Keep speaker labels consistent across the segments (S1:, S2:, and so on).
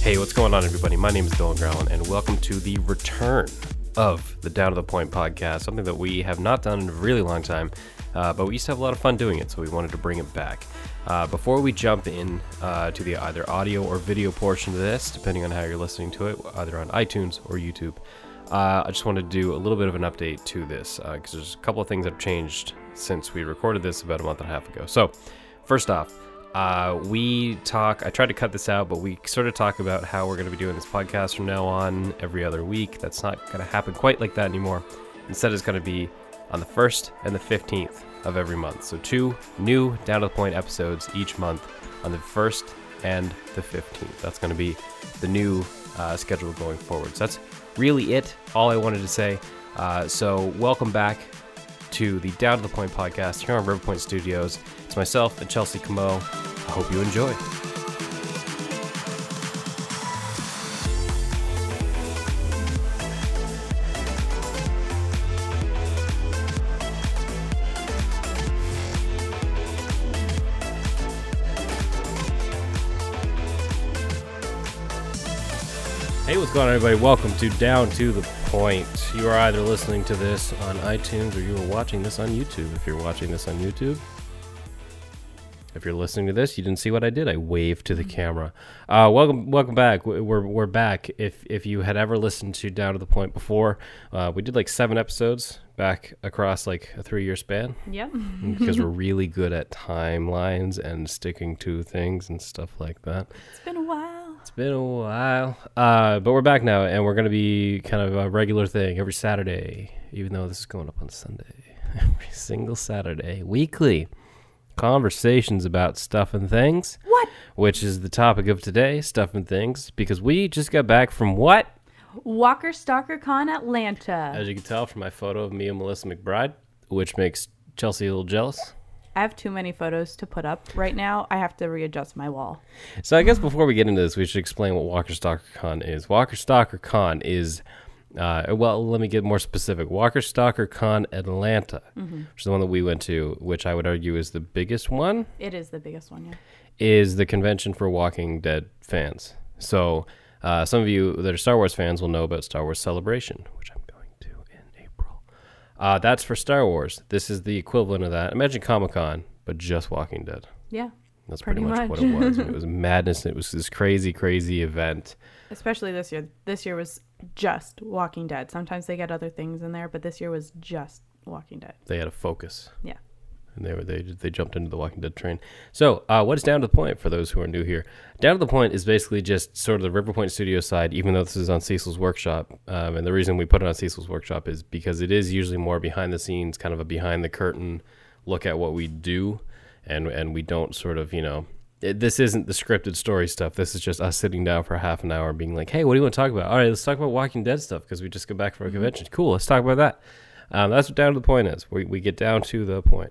S1: Hey, what's going on, everybody? My name is Dylan Growlin, and welcome to the return of the Down to the Point podcast, something that we have not done in a really long time, uh, but we used to have a lot of fun doing it, so we wanted to bring it back. Uh, before we jump in uh, to the either audio or video portion of this, depending on how you're listening to it, either on iTunes or YouTube, uh, I just wanted to do a little bit of an update to this because there's a couple of things that have changed since we recorded this about a month and a half ago. So, first off, uh, we talk. I tried to cut this out, but we sort of talk about how we're going to be doing this podcast from now on every other week. That's not going to happen quite like that anymore. Instead, it's going to be on the 1st and the 15th of every month. So, two new Down to the Point episodes each month on the 1st and the 15th. That's going to be the new uh, schedule going forward. So, that's really it, all I wanted to say. Uh, so, welcome back to the Down to the Point podcast here on Riverpoint Studios. It's myself and Chelsea Camo. I hope you enjoy. Hey, what's going on, everybody? Welcome to Down to the Point. You are either listening to this on iTunes or you are watching this on YouTube. If you're watching this on YouTube, if you're listening to this, you didn't see what I did. I waved to the camera. Uh, welcome, welcome back. We- We're we're back. If if you had ever listened to Down to the Point before, uh, we did like seven episodes back across like a three year span
S2: Yep.
S1: because we're really good at timelines and sticking to things and stuff like that.
S2: It's been a while.
S1: It's been a while, uh, but we're back now, and we're going to be kind of a regular thing every Saturday, even though this is going up on Sunday. Every single Saturday, weekly conversations about stuff and things.
S2: What?
S1: Which is the topic of today, stuff and things, because we just got back from what?
S2: Walker Stalker Con Atlanta.
S1: As you can tell from my photo of me and Melissa McBride, which makes Chelsea a little jealous.
S2: I have too many photos to put up right now. I have to readjust my wall.
S1: So I guess before we get into this, we should explain what Walker Stalker Con is. Walker Stalker Con is, uh, well, let me get more specific. Walker Stalker Con Atlanta, which is the one that we went to, which I would argue is the biggest one,
S2: It is the biggest one, yeah.
S1: is the convention for Walking Dead fans. So uh, some of you that are Star Wars fans will know about Star Wars Celebration, which I'm going to in April. Uh, that's for Star Wars. This is the equivalent of that. Imagine Comic Con, but just Walking Dead.
S2: Yeah.
S1: That's pretty,
S2: Pretty
S1: much,
S2: much.
S1: what it was. it was madness. It was this crazy, crazy event.
S2: Especially this year. This year was just Walking Dead. Sometimes they get other things in there, but this year was just Walking Dead.
S1: They had a focus,
S2: Yeah.
S1: and they were they they jumped into the Walking Dead train. So, uh, what is Down to the Point for those who are new here? Down to the Point is basically just sort of the Riverpoint Studio side, even though this is on Cecil's workshop. Um, and the reason we put it on Cecil's workshop is because it is usually more behind the scenes, kind of a behind the curtain look at what we do, and and we don't sort of you know. It, this isn't the scripted story stuff. This is just us sitting down for half an hour and being like, "Hey, what do you want to talk about? All right, let's talk about Walking Dead stuff because we just got back from a convention. Cool, let's talk about that." Um, that's what down to the point is. We we get down to the point.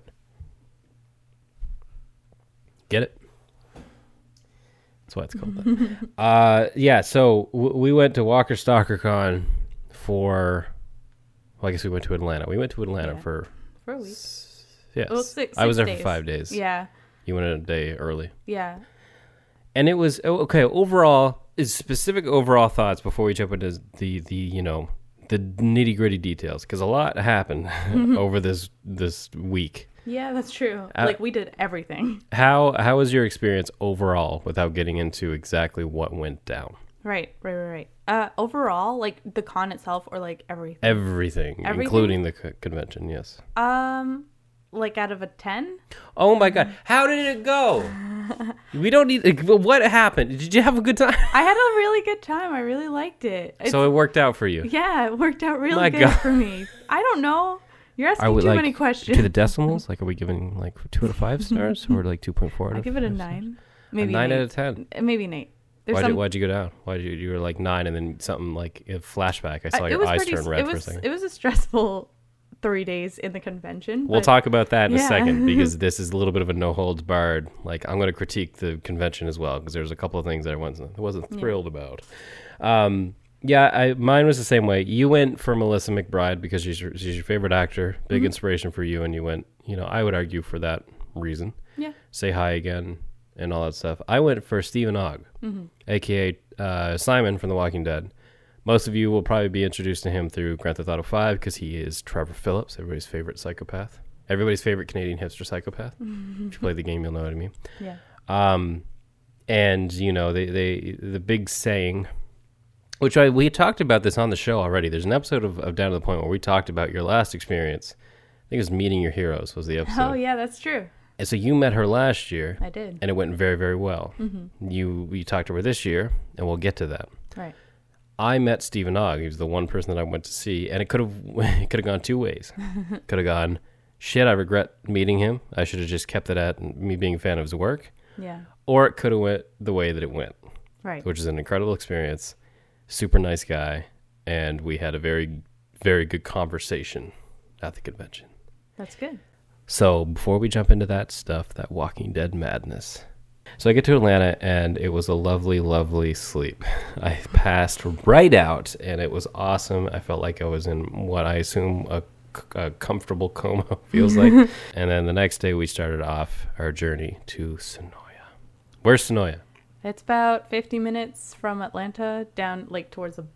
S1: Get it? That's why it's called that. uh, yeah. So w- we went to Walker Stalker Con for. Well, I guess we went to Atlanta. We went to Atlanta
S2: Yeah.
S1: for
S2: For a week.
S1: yes.
S2: Well, six-
S1: I was there
S2: six
S1: for five days.
S2: Yeah.
S1: You went in a day early,
S2: Yeah.
S1: and it was oh, okay. Overall, is specific overall thoughts before we jump into the the you know the nitty gritty details because a lot happened
S2: Mm-hmm.
S1: over this this week.
S2: Yeah, that's true.
S1: Uh,
S2: like we did everything.
S1: How how was your experience overall without getting into exactly what went down?
S2: Right, right, right, right. Uh overall, like the con itself or like everything.
S1: Everything,
S2: Everything?
S1: including the c- convention, yes.
S2: Um like out of a 10?
S1: Oh my god, how did it go? we don't need like, what happened? Did you have a good time?
S2: I had a really good time. I really liked it. It's-
S1: so it worked out for you.
S2: yeah, it worked out really
S1: My
S2: good
S1: God.
S2: for me. I don't know. You're asking too many questions.
S1: to the decimals? Like, are we giving like two out of five stars or like two point four?
S2: I give it a nine.
S1: A
S2: Maybe
S1: nine
S2: an
S1: out of ten.
S2: eight. Maybe an eight. There's
S1: Why'd,
S2: some.
S1: you, why'd you go down? Why you you were like nine and then something like a flashback? I
S2: I-
S1: saw
S2: it
S1: your
S2: was
S1: eyes
S2: pretty.
S1: turn red
S2: it
S1: for a
S2: was.
S1: second.
S2: It was a stressful three days in the
S1: We'll
S2: convention. Mm-hmm. but
S1: talk about that in a
S2: Yeah.
S1: second because this is a little bit of a no holds barred. Like I'm going to critique the convention as well because there's a couple of things that I wasn't I wasn't thrilled about. Um, yeah, I, mine was the same way. You went for Melissa McBride because she's your, she's your favorite actor, big
S2: Mm-hmm.
S1: inspiration for you, and you went. You know, I would argue for that reason.
S2: Yeah.
S1: Say hi again and all that stuff. I went for Stephen Ogg, aka uh, Simon from The Walking Dead. Most of you will probably be introduced to him through Grand Theft Auto 5 because he is Trevor Phillips, everybody's favorite psychopath, everybody's favorite Canadian hipster psychopath. if you play the game, you'll know what I mean.
S2: Yeah.
S1: Um, and you know, they, they the big saying, which I we talked about this on the show already. There's an episode of, of Down to the Point where we talked about your last experience. I think it was Meeting Your Heroes was the episode.
S2: oh yeah, that's true.
S1: And so you met her last year,
S2: I did.
S1: and it went very very well. You you talked to her this year, and we'll get to that.
S2: Right.
S1: I met Stephen Ogg. He was the one person that I went to see, and it could have it could have gone two ways. could have gone, shit, I regret meeting him. I should have just kept it at me being a fan of his work,
S2: Yeah.
S1: or it could have went the way that it went,
S2: Right.
S1: which is an incredible experience. Super nice guy, and we had a very very good conversation at the convention.
S2: That's good.
S1: So before we jump into that stuff, that Walking Dead madness. So I get to Atlanta and it was a lovely, lovely sleep. I passed right out and it was awesome. I felt like I was in what I assume a, c- a comfortable coma feels like. and then the next day we started off our journey to Sonoya. Where's Sonoya?
S2: It's about 50 minutes from Atlanta down like towards the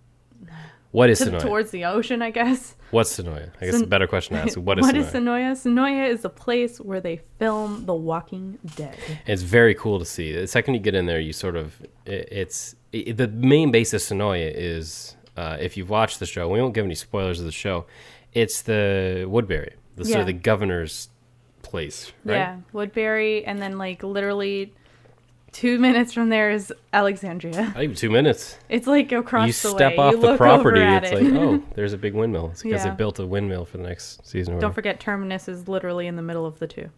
S1: What is
S2: to,
S1: Sonoya?
S2: towards the ocean, I guess.
S1: What's Sonoya? I guess
S2: Son-
S1: a better question to ask. What is
S2: what
S1: Sonoya?
S2: is Sonoya? Sonoya is the place where they film The Walking Dead.
S1: It's very cool to see. The second you get in there, you sort of it, it's it, the main base of Sonoya is uh, if you've watched the show. We won't give any spoilers of the show. It's the Woodbury, the sort
S2: Yeah.
S1: of the governor's place, right?
S2: Yeah, Woodbury, and then like literally two minutes from there is Alexandria.
S1: Not even two minutes.
S2: It's like across
S1: you
S2: the
S1: step
S2: way.
S1: off
S2: you
S1: the
S2: look
S1: property.
S2: over at
S1: It's
S2: it.
S1: like oh, there's a big windmill. It's because
S2: Yeah.
S1: they built a windmill for the next season. or
S2: Don't
S1: whatever.
S2: forget, Terminus is literally in the middle of the two.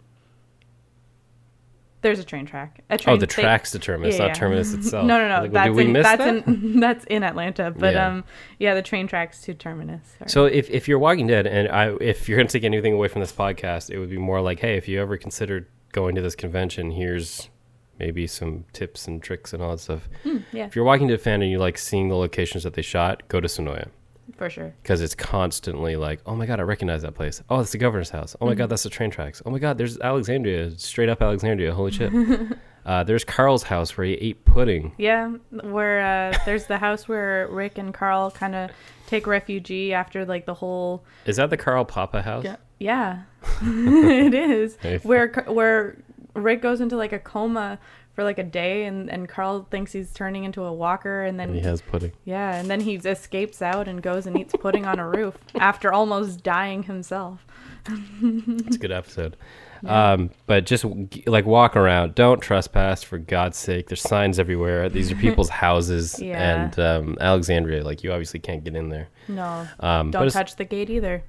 S2: There's a train track. A
S1: Oh,
S2: train,
S1: the
S2: they-
S1: tracks determine. It's
S2: yeah,
S1: not
S2: yeah.
S1: terminus itself.
S2: No, no,
S1: Like,
S2: no.
S1: well,
S2: that's
S1: did we
S2: in,
S1: miss
S2: that's
S1: that?
S2: in that's in Atlanta, but
S1: Yeah.
S2: um, yeah, the train tracks to Terminus. are-
S1: So if, if you're Walking Dead, and I, if you're going to take anything away from this podcast, it would be more like, hey, if you ever considered going to this convention, here's maybe some tips and tricks and all that stuff.
S2: Hmm, yeah,
S1: If you're a Walking Dead fan and you like seeing the locations that they shot, go to Sonoya
S2: for sure.
S1: because it's constantly like, oh my god, I recognize that place. Oh, that's the governor's house. Oh my
S2: Mm-hmm.
S1: god, that's the train tracks. Oh my god, there's Alexandria, straight up Alexandria. Holy shit. uh, there's Carl's house where he ate pudding.
S2: Yeah, where uh, there's the house where Rick and Carl kind of take refugee after like the whole
S1: Is that the Carl Papa house?
S2: Yeah, yeah. it is.
S1: Hey.
S2: Where where Rick goes into like a coma for like a day, and and Carl thinks he's turning into a walker, and then
S1: And he has pudding.
S2: yeah, and then he escapes out and goes and eats pudding on a roof after almost dying himself.
S1: It's a good episode. Um, but just g- like walk around. Don't trespass for God's sake. There's signs everywhere. These are people's houses.
S2: Yeah.
S1: And um, Alexandria, like you obviously can't get in there.
S2: No,
S1: Um, but
S2: don't
S1: it's-
S2: touch the gate either.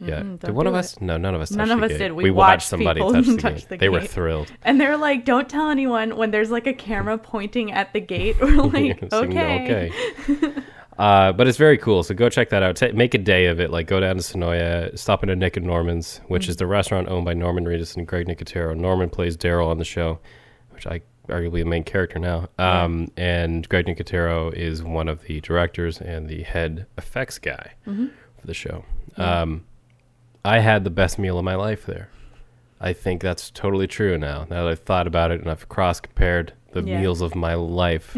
S1: Yeah.
S2: Mm-mm,
S1: did
S2: Mm-hmm, don't
S1: one of
S2: do
S1: us? No, none of us.
S2: None
S1: touched
S2: of
S1: the
S2: us
S1: gate.
S2: did. We
S1: We
S2: watched
S1: watched somebody
S2: people
S1: touch the,
S2: touch
S1: gate.
S2: the
S1: They were
S2: gate.
S1: thrilled.
S2: And they're like, "Don't tell anyone." When there's like a camera pointing at the gate, we're like,
S1: It's like, no,
S2: "Okay."
S1: okay. Uh, but it's very cool, so go check that out. Ta make a day of it. Like, go down to Sonoya, stop into Nick and Norman's, which is the
S2: Mm-hmm.
S1: restaurant owned by Norman Reedus and Greg Nicotero. Norman plays Daryl on the show, which I arguably the main character now. Um, and Greg Nicotero is one of the directors and the head effects guy
S2: Mm-hmm.
S1: for the show. Um, I had the best meal of my life there. I think that's totally true now. Now that I've thought about it and I've cross compared the
S2: Yeah.
S1: meals of my life.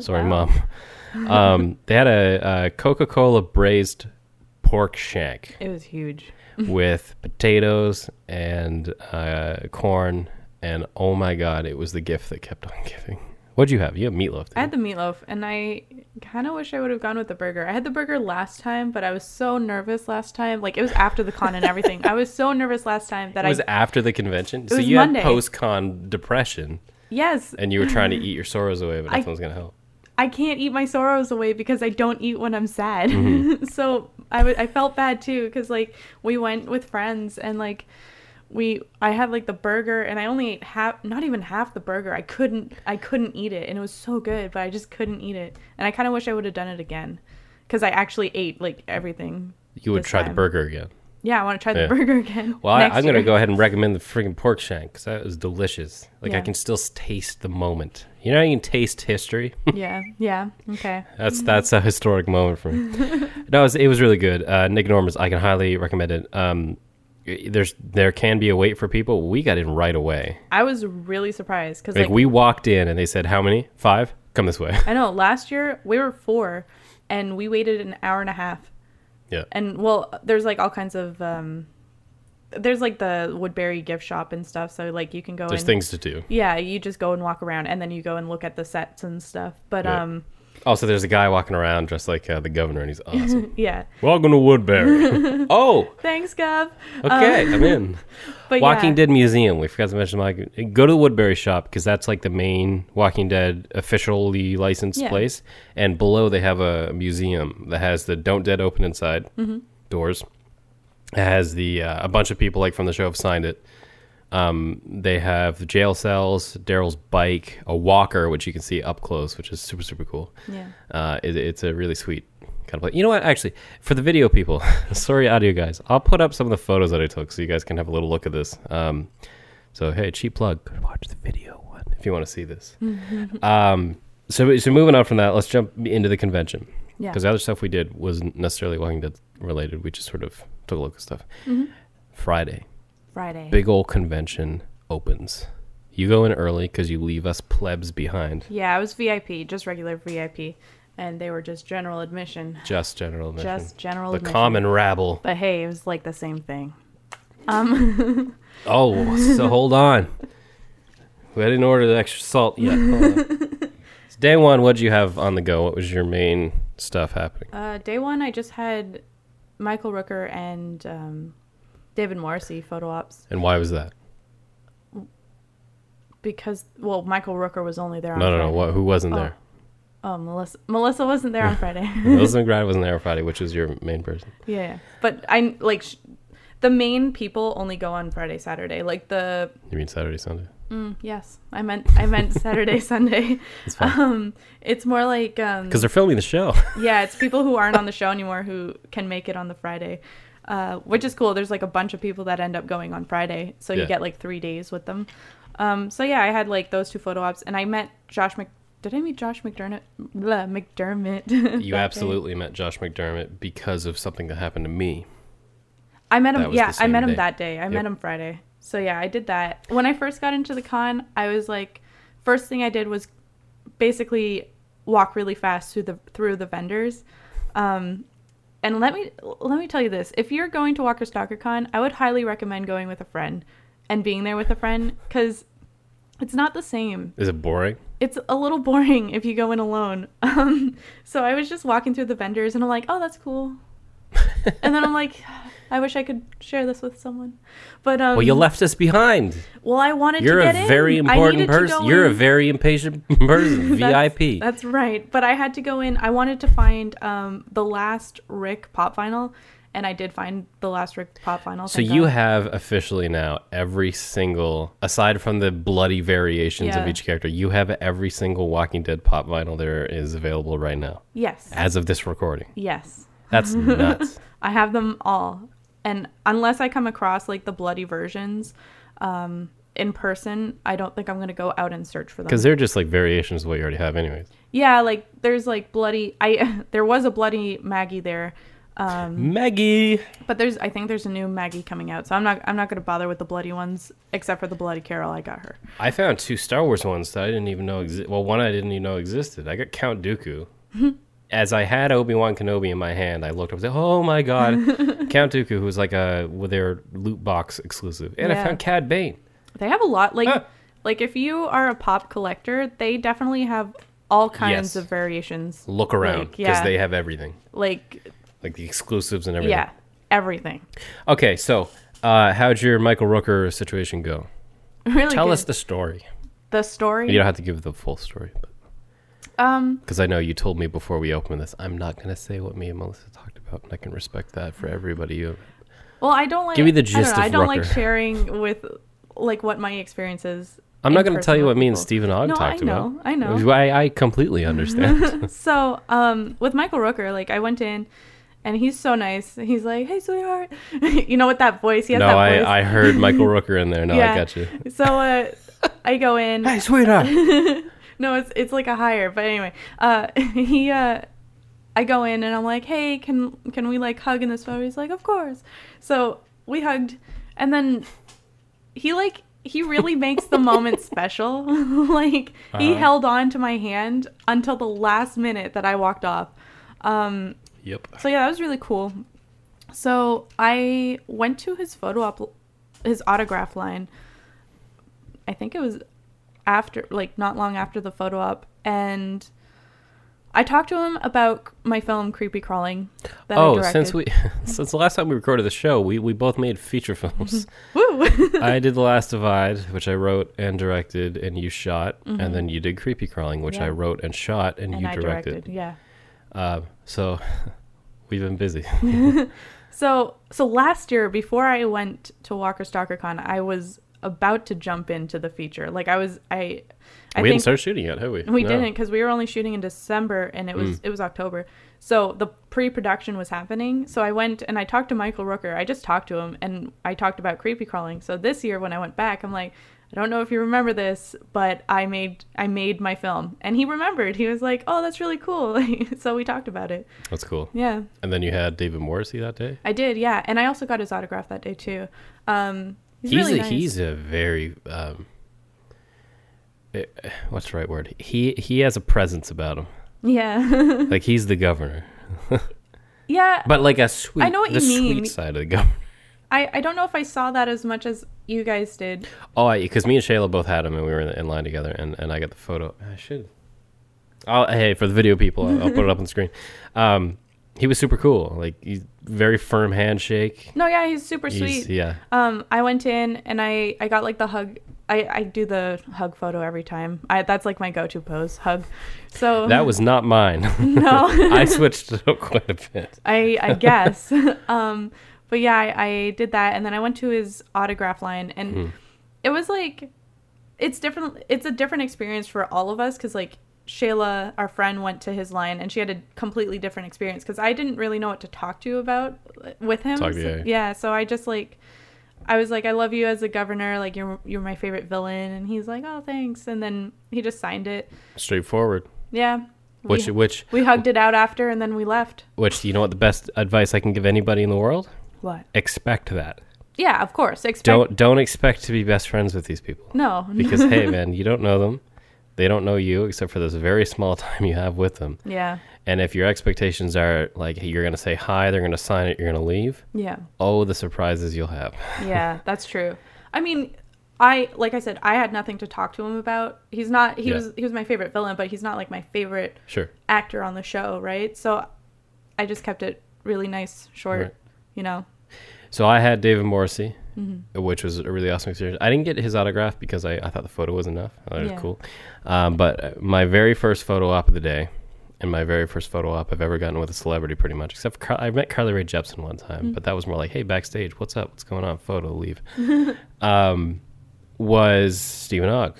S1: Sorry, mom. Um, they had a, a Coca Cola braised pork shank
S2: It was huge.
S1: with potatoes and uh, corn. And oh my God, it was the gift that kept on giving. What'd you have? You had meatloaf.
S2: I
S1: didn't
S2: had the meatloaf, and I kind of wish I would have gone with the burger. I had the burger last time, but I was so nervous last time. Like it was after the con and everything. I was so nervous last time that
S1: you? it was
S2: I
S1: after the convention. so
S2: was
S1: you
S2: Monday.
S1: had post con depression
S2: yes,
S1: and you were trying to eat your sorrows away, but
S2: I-
S1: nothing's going to help.
S2: I can't eat my sorrows away because I don't eat when I'm sad.
S1: Mm-hmm.
S2: so I w- I felt bad too because like we went with friends and like we I had like the burger and I only ate half not even half the burger. I couldn't I couldn't eat it and it was so good, but I just couldn't eat it. And I kind of wish I would have done it again because I actually ate like everything.
S1: You would
S2: this
S1: try the
S2: time.
S1: burger again.
S2: Yeah, I want to try the
S1: Yeah.
S2: burger again.
S1: Well, I,
S2: next
S1: I'm going to
S2: year.
S1: go ahead and recommend the freaking pork shank because that was delicious. Like, I
S2: Yeah.
S1: can still s- taste the moment. You know, how you can taste history.
S2: Yeah, yeah, okay.
S1: that's that's a historic moment for me. no, it was, it was really good. Uh, Nick Norman's, I can highly recommend it. Um, y- there's there can be a wait for people. We got in right away.
S2: I was really surprised because
S1: Like,
S2: like,
S1: we walked in and they said, "How many? Five? Come this way.
S2: I know. Last year we were four, and we waited an hour and a half.
S1: Yeah.
S2: And well, there's like all kinds of um, there's like the Woodbury gift shop and stuff. So like you can go.
S1: There's
S2: and,
S1: things to do.
S2: Yeah, you just go and walk around, and then you go and look at the sets and stuff. But
S1: Yeah.
S2: um,
S1: Also, there's a guy walking around dressed like uh, the governor, and he's awesome.
S2: yeah.
S1: Welcome to Woodbury. oh,
S2: Thanks, Gov.
S1: okay,
S2: Um,
S1: I'm in.
S2: But
S1: Walking
S2: yeah.
S1: Dead Museum. We forgot to mention. Like, go to the Woodbury shop because that's like the main Walking Dead officially licensed
S2: Yeah.
S1: place. And below they have a museum that has the Don't Dead open inside
S2: Mm-hmm.
S1: doors. It has the uh, a bunch of people like from the show have signed it. Um, they have the jail cells, Daryl's bike, a walker which you can see up close, which is super super cool.
S2: Yeah.
S1: Uh, it, it's a really sweet kind of place. You know what? Actually, for the video people, sorry, audio guys, I'll put up some of the photos that I took so you guys can have a little look at this. Um, so hey, cheap plug. Go watch the video one if you want to see this. um, so so moving on from that, let's jump into the convention.
S2: Yeah.
S1: Because the other stuff we did wasn't necessarily Walking Dead related. We just sort of took a look at stuff.
S2: Mm-hmm.
S1: Friday,
S2: Friday.
S1: big old convention opens. You go in early because you leave us plebs behind.
S2: Yeah, I was VIP, just regular VIP, and they were just general admission.
S1: Just general admission.
S2: Just general
S1: the
S2: admission.
S1: common rabble.
S2: But hey, it was like the same thing.
S1: Oh, so hold on. I didn't order the extra salt yet. Hold on. So day one, what did you have on the go? What was your main stuff happening?
S2: Uh, day one, I just had Michael Rooker and um, David Morrissey photo ops
S1: And why was that?
S2: because, well, Michael Rooker was only there on
S1: No, no, no.
S2: Friday.
S1: What, who wasn't there?
S2: Oh, Melissa, Melissa wasn't there on Friday.
S1: Wilson McGrath wasn't there on Friday, which was your main person.
S2: yeah, but I like sh- the main people only go on Friday, Saturday. Like the
S1: You mean Saturday, Sunday?
S2: mm, yes, I meant I meant Saturday, Sunday.
S1: It's fine.
S2: Um, it's more like um,
S1: Because they're filming the show.
S2: yeah, it's people who aren't on the show anymore who can make it on the Friday, uh, which is cool. There's like a bunch of people that end up going on Friday, so
S1: Yeah.
S2: you get like three days with them. Um, so yeah, I had like those two photo ops, and I met Josh Mc. Did I meet Josh McDermott? Blah, McDermott. that
S1: You
S2: day.
S1: absolutely met Josh McDermott because of something that happened to me.
S2: I met
S1: That
S2: him.
S1: was
S2: Yeah,
S1: the
S2: I met
S1: same
S2: him
S1: day.
S2: that day. I
S1: Yep.
S2: met him Friday. So yeah, I did that. When I first got into the con, I was like, first thing I did was basically walk really fast through the through the vendors. Um, and let me let me tell you this: if you're going to Walker Stalker Con, I would highly recommend going with a friend and being there with a friend because it's not the same
S1: Is it boring?
S2: it's a little boring if you go in alone. Um, so I was just walking through the vendors and I'm like, oh, that's cool. and then I'm like, I wish I could share this with someone. But um,
S1: Well, you left us behind.
S2: well, I wanted
S1: You're
S2: to
S1: a
S2: get in.
S1: very
S2: I
S1: important
S2: needed to
S1: person.
S2: go
S1: You're a
S2: in.
S1: very impatient person.
S2: That's-
S1: VIP.
S2: That's right. But I had to go in. I wanted to find um, the last Rick pop vinyl, and I did find the last Rick pop vinyl.
S1: So
S2: thank
S1: you
S2: God.
S1: have officially now every single, aside from the bloody variations of
S2: Yeah.
S1: each character, you have every single Walking Dead pop vinyl there is available right now,
S2: yes,
S1: as of this recording.
S2: yes.
S1: That's nuts.
S2: I have them all. And unless I come across like the bloody versions um, in person, I don't think I'm going to go out and search for
S1: Because
S2: them.
S1: they're just like variations of what you already have, anyways.
S2: Yeah, like there's like bloody I there was a bloody Maggie there. Um,
S1: Maggie!
S2: but there's I think there's a new Maggie coming out. So I'm not I'm not going to bother with the bloody ones except for the bloody Carol I got her.
S1: I found two Star Wars ones that I didn't even know existed. Well, one I didn't even know existed. I got Count Dooku. As I had Obi Wan Kenobi in my hand, I looked up and said, "Oh my God, Count Dooku, who was like a with their loot box exclusive." And I
S2: Yeah.
S1: found Cad Bane.
S2: They have a lot like
S1: Ah.
S2: like if you are a pop collector, they definitely have all kinds
S1: Yes.
S2: of variations.
S1: Look around
S2: Like,
S1: because
S2: yeah.
S1: they have everything.
S2: Like
S1: like the exclusives and everything.
S2: yeah, everything.
S1: Okay, so uh, how'd your Michael Rooker situation go?
S2: Really
S1: Tell
S2: good.
S1: us the story.
S2: the story.
S1: You don't have to give the full story,
S2: Um
S1: because I know you told me before we opened this. I'm not gonna say what me and Melissa talked about, and I can respect that for everybody. You.
S2: Well, I don't like.
S1: Give me the
S2: I don't know,
S1: gist of
S2: I don't like
S1: Rucker.
S2: sharing with like what my experience is.
S1: I'm not gonna tell you what me and
S2: Steve.
S1: Stephen Ogg
S2: No,
S1: talked
S2: I know,
S1: about.
S2: I know.
S1: I, I completely understand.
S2: so um with michael rooker like i went in and he's so nice he's like hey sweetheart you know with that voice he has
S1: no,
S2: that voice
S1: I, I heard Michael Rooker in there. No, I
S2: Yeah.
S1: got you.
S2: so uh i go in
S1: Hey, sweetheart.
S2: no, it's it's like a higher. But anyway, uh, he, uh, I go in and I'm like, hey, can can we like hug in this photo? He's like, of course. So we hugged, and then he like he really makes the moment special. like he
S1: Uh-huh.
S2: held on to my hand until the last minute that I walked off. Um,
S1: Yep.
S2: so yeah, that was really cool. So I went to his photo op, his autograph line. I think it was after, like not long after the photo op, and I talked to him about my film "Creepy Crawling." That I
S1: Oh,
S2: directed.
S1: since we since the last time we recorded the show, we we both made feature
S2: Mm-hmm.
S1: films.
S2: Woo!
S1: I did The Last Divide, which I wrote and directed, and you shot, and then you did Creepy Crawling, which I
S2: Mm-hmm. Yeah.
S1: wrote and shot, and,
S2: and
S1: you
S2: I
S1: directed.
S2: directed. Yeah.
S1: Uh, so we've been busy.
S2: So so last year before I went to Walker Stalker Con, I was about to jump into the feature. Like I was I I
S1: we didn't
S2: think
S1: start shooting yet, have we?
S2: we
S1: No.
S2: didn't cuz we were only shooting in December and it
S1: Mm.
S2: was it was October. So the pre-production was happening. So I went and I talked to Michael Rooker. I just talked to him and I talked about creepy crawling. So this year when I went back, I'm like I don't know if you remember this, but I made I made my film. And he remembered. He was like, "Oh, that's really cool." so we talked about it.
S1: That's cool.
S2: Yeah.
S1: And then you had David Morrissey that day.
S2: I did, yeah, and I also got his autograph that day too. Um, he's,
S1: He's
S2: really
S1: a,
S2: nice.
S1: he's a very um, eh, what's the right word? He he has a presence about him.
S2: yeah,
S1: Like he's the governor,
S2: yeah.
S1: but like a sweet,
S2: know what
S1: the
S2: you mean.
S1: sweet side of the governor.
S2: I I don't know if I saw that as much as you guys did.
S1: Oh, because me and Shayla both had him, and we were in, in line together, and, and I got the photo. I should. I'll, hey, for the video people, I'll, I'll put it up on the screen. Um, he was super cool. Like he's very firm handshake.
S2: No, yeah, he's super
S1: He's,
S2: sweet.
S1: yeah.
S2: Um, I went in and I I got like the hug. I I do the hug photo every time. I that's like my go-to pose, hug. So
S1: That was not mine.
S2: no.
S1: I switched it up quite a bit.
S2: I I guess. um, but yeah, I, I did that, and then I went to his autograph line, and
S1: Hmm.
S2: it was like, it's different. It's a different experience for all of us because like Shayla, our friend, went to his line, and she had a completely different experience because I didn't really know what to talk to you about uh, with him.
S1: Talk to
S2: So-
S1: you.
S2: yeah, so I just like. I was like, I love you as a governor. Like you're you're my favorite villain, and he's like, oh thanks. And then he just signed it.
S1: Straightforward.
S2: Oh, Yeah,
S1: Which
S2: we,
S1: which
S2: we hugged it out after, and then we left.
S1: which you know what the best advice I can give anybody in the world?
S2: What?
S1: Expect that.
S2: Yeah, of course. Expect
S1: Don't don't expect to be best friends with these people.
S2: No,
S1: Because hey man, you don't know them. They don't know you except for this very small time you have with them.
S2: yeah,
S1: And if your expectations are like you're going to say hi, they're going to sign it, you're going to leave,
S2: yeah,
S1: oh, the surprises you'll have.
S2: yeah. That's true. I mean, I like I said, I had nothing to talk to him about. He's not. He
S1: Yeah.
S2: was. He was my favorite villain, but he's not like my favorite
S1: Sure.
S2: actor on the show, right? So, I just kept it really nice, short.
S1: Right.
S2: You know.
S1: So I had David Morrissey, which was a really awesome experience. I didn't get his autograph because I, I thought the photo was enough. I thought it
S2: Yeah.
S1: was cool. Um, but uh, my very first photo op of the day, and my very first photo op I've ever gotten with a celebrity, pretty much, except for Car- I met Carly Rae Jepsen one time, but that was more like, hey, backstage, what's up? What's going on? Photo, leave. um, was Stephen Ogg.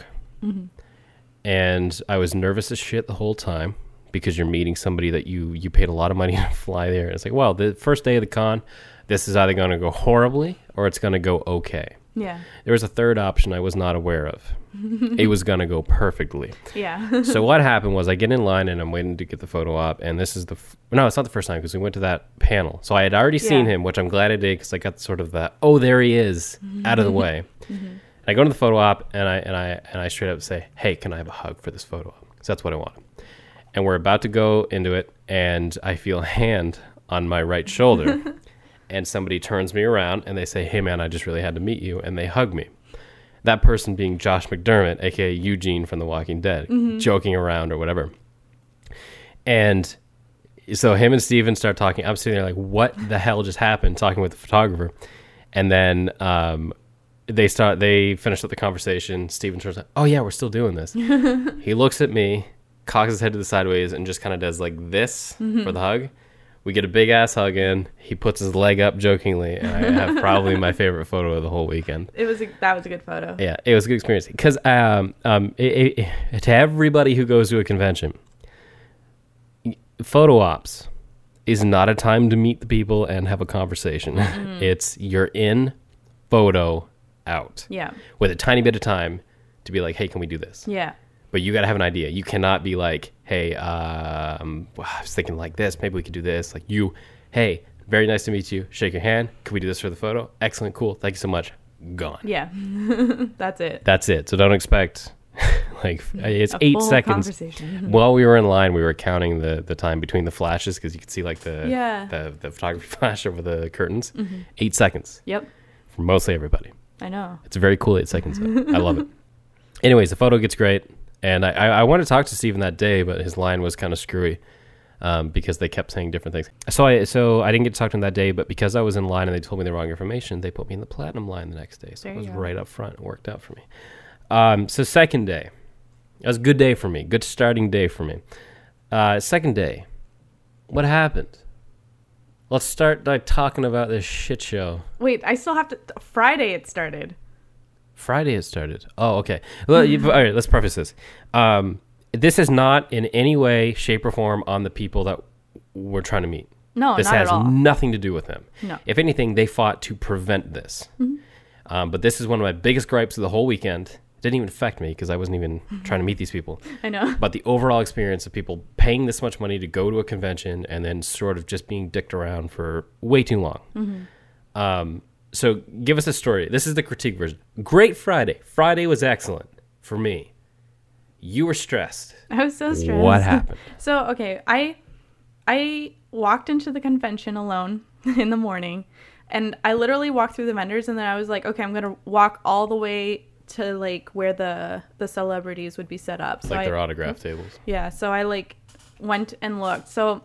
S1: And I was nervous as shit the whole time because you're meeting somebody that you you paid a lot of money to fly there. It's like, well, the first day of the con, this is either going to go horribly or it's going to go okay.
S2: Yeah.
S1: There was a third option I was not aware of. it was going to go perfectly.
S2: Yeah.
S1: So what happened was I get in line and I'm waiting to get the photo op, and this is the f- no, it's not the first time because we went to that panel. So I had already seen
S2: Yeah.
S1: him, which I'm glad I did because I got sort of that oh there he is out of the way. And I go to the photo op and I and I and I straight up say hey can I have a hug for this photo op because that's what I want. And we're about to go into it, and I feel a hand on my right shoulder, and somebody turns me around and they say hey man I just really had to meet you, and they hug me that person being Josh McDermott, aka Eugene from The Walking Dead, joking around or whatever. And so him and Steven start talking. I'm sitting there like, what the hell just happened? Talking with the photographer, and then um, they start. They finish up the conversation. Steven turns, like, oh yeah, we're still doing this. he looks at me, cocks his head to the sideways, and just kind of does like this for the hug. We get a big ass hug in. He puts his leg up jokingly, and I have probably my favorite photo of the whole weekend.
S2: it was. A, that was a good photo.
S1: Yeah, it was a good experience because um, um, it, it, to everybody who goes to a convention, photo ops is not a time to meet the people and have a conversation.
S2: Mm-hmm.
S1: It's you're in, photo out,
S2: Yeah.
S1: with a tiny bit of time to be like, hey, can we do this?
S2: Yeah.
S1: But you got to have an idea. You cannot be like, hey, um, well, I was thinking like this. Maybe we could do this. Like you, hey, very nice to meet you. Shake your hand. Could we do this for the photo? Excellent. Cool. Thank you so much. gone.
S2: Yeah. That's it.
S1: That's it. So don't expect like it's
S2: Hmm. A
S1: eight
S2: full
S1: seconds.
S2: Conversation.
S1: While we were in line, we were counting the the time between the flashes because you could see like the
S2: Yeah. Mm-hmm.
S1: the, the photography flash over the curtains. Eight seconds
S2: Yep.
S1: for mostly everybody.
S2: I know.
S1: It's a very cool eight seconds. though. I love it. Anyways, the photo gets great, and I, I, I wanted to talk to Steven that day, but his line was kind of screwy um, because they kept saying different things. So I so I didn't get to talk to him that day, but because I was in line and they told me the wrong information, they put me in the platinum line the next day. So
S2: There
S1: it was
S2: you go.
S1: right up front. It worked out for me. Um, so second day, that was a good day for me. Good starting day for me. Uh, second day, what happened? Let's start by talking about this shit show.
S2: Wait, I still have to. Friday it started.
S1: Friday it started. Oh, okay. Well,
S2: Hmm.
S1: you, all right, let's preface this. Um, this is not in any way, shape, or form on the people that we're trying to meet.
S2: No,
S1: this
S2: not
S1: has
S2: at all.
S1: nothing to do with them.
S2: No. Mm-hmm.
S1: If anything, they fought to prevent this. Um, but this is one of my biggest gripes of the whole weekend. It didn't even affect me because I wasn't even
S2: Mm-hmm.
S1: trying to meet these people.
S2: I know.
S1: But the overall experience of people paying this much money to go to a convention and then sort of just being dicked around for way too long. Um, so give us a story. This is the critique version. Great Friday. Friday was excellent for me. You were stressed.
S2: I was so stressed.
S1: What happened?
S2: So okay, I I walked into the convention alone in the morning, and I literally walked through the vendors, and then I was like, okay, I'm gonna walk all the way to like where the the celebrities would be set up. So
S1: Like
S2: I-
S1: their autograph tables.
S2: yeah, so I like went and looked. So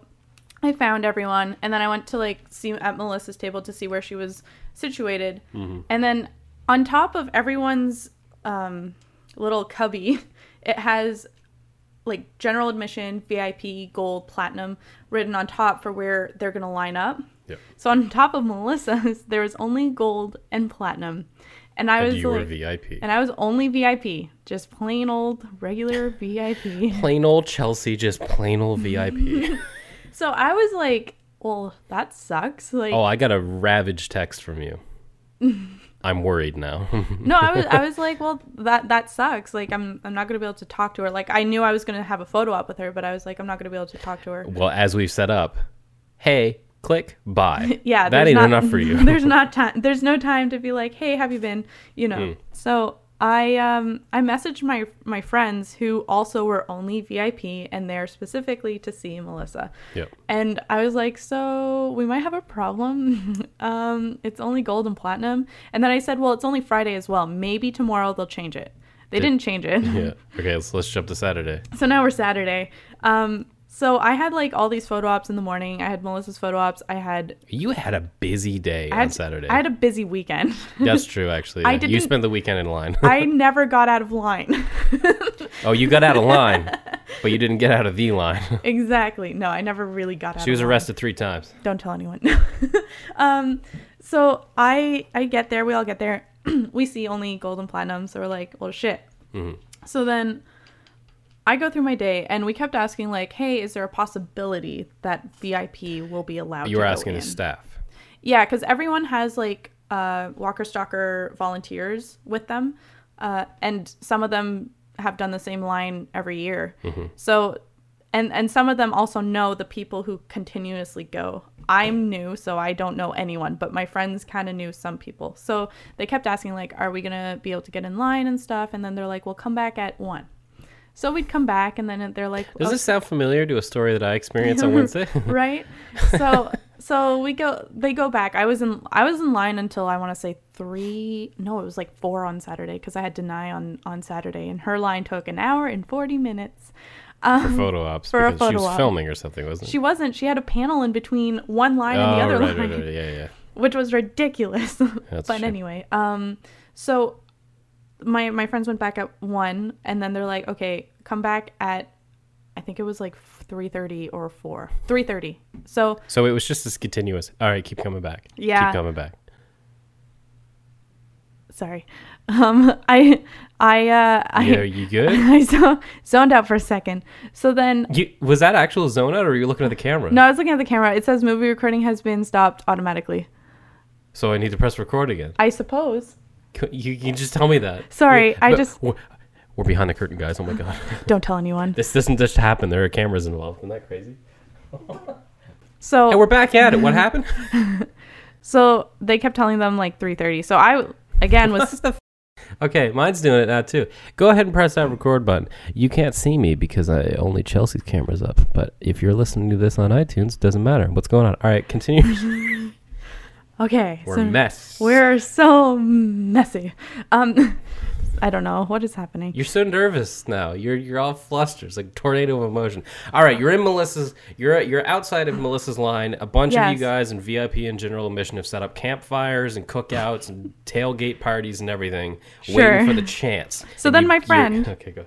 S2: I found everyone, and then I went to like see at Melissa's table to see where she was situated,
S1: Mm-hmm.
S2: and then on top of everyone's um, little cubby, it has like general admission, VIP, gold, platinum written on top for where they're gonna line up.
S1: Yeah.
S2: So on top of Melissa's, there was only gold and platinum, and I was
S1: you were
S2: like,
S1: VIP.
S2: and I was only VIP, just plain old regular VIP.
S1: Plain old Chelsea, just plain old VIP.
S2: So I was like, well, that sucks. Like,
S1: oh, I got a ravaged text from you. I'm worried now.
S2: no, I was, I was like, well, that that sucks. Like, I'm, I'm not gonna be able to talk to her. Like, I knew I was gonna have a photo op with her, but I was like, I'm not gonna be able to talk to her.
S1: well, as we've set up, hey, click, buy.
S2: Yeah,
S1: that
S2: there's
S1: ain't
S2: not-
S1: enough for you.
S2: there's not time. There's no time to be like, hey, have you been? You know.
S1: Hmm.
S2: So I, um, I messaged my my friends who also were only VIP and there specifically to see Melissa.
S1: Yep.
S2: And I was like, so we might have a problem. um, it's only gold and platinum. And then I said, well, it's only Friday as well. Maybe tomorrow they'll change it. They didn't change it.
S1: yeah. Okay, let's let's jump to Saturday.
S2: So now we're Saturday. Um, so I had like all these photo ops in the morning. I had Melissa's photo ops. I had
S1: You had a busy day
S2: I
S1: on
S2: had,
S1: Saturday.
S2: I had a busy weekend.
S1: That's true, actually.
S2: I
S1: yeah. You
S2: didn't-
S1: spent the weekend in line.
S2: I never got out of line.
S1: oh, you got out of line, but you didn't get out of the line.
S2: exactly. No, I never really got out.
S1: she
S2: of
S1: was
S2: line.
S1: arrested three times.
S2: Don't tell anyone. um, so I I get there. We all get there. we see only gold and platinum, so we're like, well, shit.
S1: Mm-hmm.
S2: So then I go through my day, and we kept asking like, hey, is there a possibility that VIP will be allowed?
S1: You
S2: to
S1: were
S2: go
S1: asking the
S2: in?
S1: staff.
S2: Yeah, because everyone has like uh, Walker Stalker volunteers with them, uh, and some of them have done the same line every year. So, and and some of them also know the people who continuously go. I'm new, so I don't know anyone, but my friends kind of knew some people. So they kept asking like, "Are we gonna be able to get in line and stuff?" And then they're like, "Well, come back at one." So we'd come back, and then they're like,
S1: Does
S2: "Oh,
S1: this sound familiar to a story that I experienced on Wednesday?
S2: right so so we go they go back i was in i was in line until i want to say three no it was like four on saturday because i had deny on on saturday and her line took an hour and 40 minutes
S1: for photo ops.
S2: For a
S1: because she
S2: photo
S1: was
S2: op.
S1: filming or something, wasn't
S2: she wasn't she had a panel in between one line and the
S1: oh,
S2: other
S1: right,
S2: line
S1: right, right. Yeah, yeah.
S2: which was ridiculous but
S1: true.
S2: anyway um so my my friends went back at one and then they're like okay come back at i think it was like 3.30 or 4 3.30 so
S1: So it was just this continuous. All right, keep coming back.
S2: Yeah.
S1: Keep coming back.
S2: sorry um i i uh i
S1: Yeah, you good?
S2: I zo- zoned out for a second. So then,
S1: You, was that actual zone out or were you looking at the camera?
S2: no, I was looking at the camera. It says movie recording has been stopped automatically.
S1: So I need to press record again.
S2: I suppose.
S1: C- You can just tell me that.
S2: Sorry, I
S1: But
S2: just-
S1: We're, we're behind the curtain, guys. Oh my God.
S2: Don't tell anyone.
S1: This doesn't just happen. There are cameras involved. Isn't that crazy? And
S2: So,
S1: we're back at it. What happened?
S2: so they kept telling them like 3:30. So I Again, was
S1: Okay, mine's doing it now too. Go ahead and press that record button. You can't see me because I only Chelsea's camera's up. But if you're listening to this on iTunes, it doesn't matter. What's going on? All right, continue.
S2: okay.
S1: We're
S2: so
S1: mess.
S2: we're so messy. Um, I don't know what is happening.
S1: You're so nervous now. You're you're all flustered. It's like tornado of emotion. All right, you're in Melissa's. You're you're outside of Melissa's line. A bunch of
S2: Yes.
S1: you guys in VIP and general admission have set up campfires and cookouts and tailgate parties and everything,
S2: Sure.
S1: waiting for the chance.
S2: So
S1: And
S2: then
S1: you-
S2: my
S1: you-
S2: friend-
S1: Okay, go.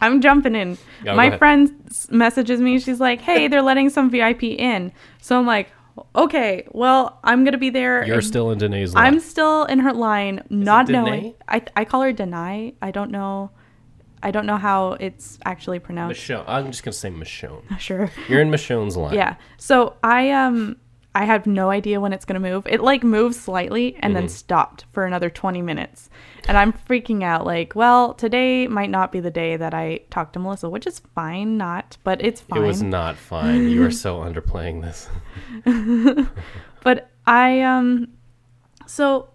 S2: I'm jumping in.
S1: Yeah, go
S2: My
S1: ahead.
S2: friend s- messages me. She's like, "Hey, they're letting some VIP in." So I'm like, "Okay, well, I'm gonna be there."
S1: You're
S2: and
S1: still in Danae's line.
S2: I'm still in her line, not
S1: it Danae?
S2: knowing. I I call her Deny. I don't know. I don't know how it's actually pronounced.
S1: Michonne. I'm just gonna say Michonne.
S2: Sure.
S1: You're in Michonne's line.
S2: Yeah. So I um I have no idea when it's gonna move. It like moved slightly
S1: Mm-hmm.
S2: and then stopped for another twenty minutes. And I'm freaking out, like, well, today might not be the day that I talk to Melissa, which is fine, not, but it's fine.
S1: It was not fine. You are so underplaying this.
S2: but I um so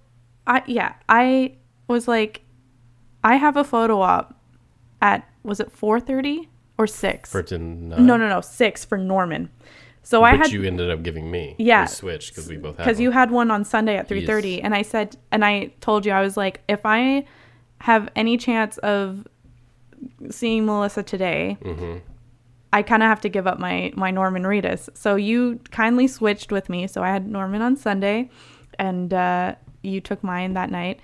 S2: I yeah, I was like I have a photo op at was it four thirty or six?
S1: For didn't uh,
S2: no, no, no, six for Norman. So I
S1: which
S2: had
S1: you ended up giving me.
S2: Yeah.
S1: We switched because we both had.
S2: because you
S1: one.
S2: had one on Sunday at 3:30 and I said and I told you I was like if I have any chance of seeing Melissa today I kind of have to give up my my Norman Reedus so you kindly switched with me so I had Norman on Sunday and uh, you took mine that night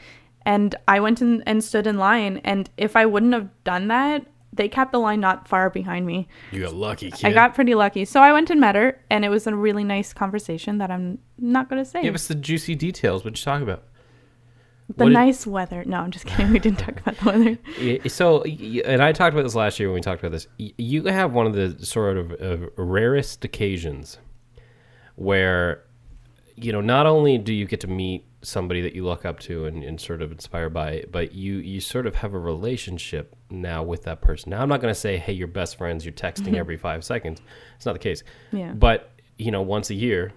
S2: and I went in and stood in line and if I wouldn't have done that they kept the line not far behind me
S1: You got lucky, kid.
S2: I got pretty lucky. So I went and met her, and it was a really nice conversation that I'm not going to say.
S1: Give us the juicy details. What you talking about?
S2: the
S1: what did-
S2: nice weather. No, I'm just kidding. We didn't talk about the weather.
S1: Y- So, y- and I talked about this last year when we talked about this. Y- You have one of the sort of uh, rarest occasions where, you know, not only do you get to meet somebody that you look up to and, and sort of inspired by, but you you sort of have a relationship now with that person. Now, I'm not going to say, hey, you're best friends. You're texting every five seconds. It's not the case.
S2: Yeah.
S1: But you know, once a year,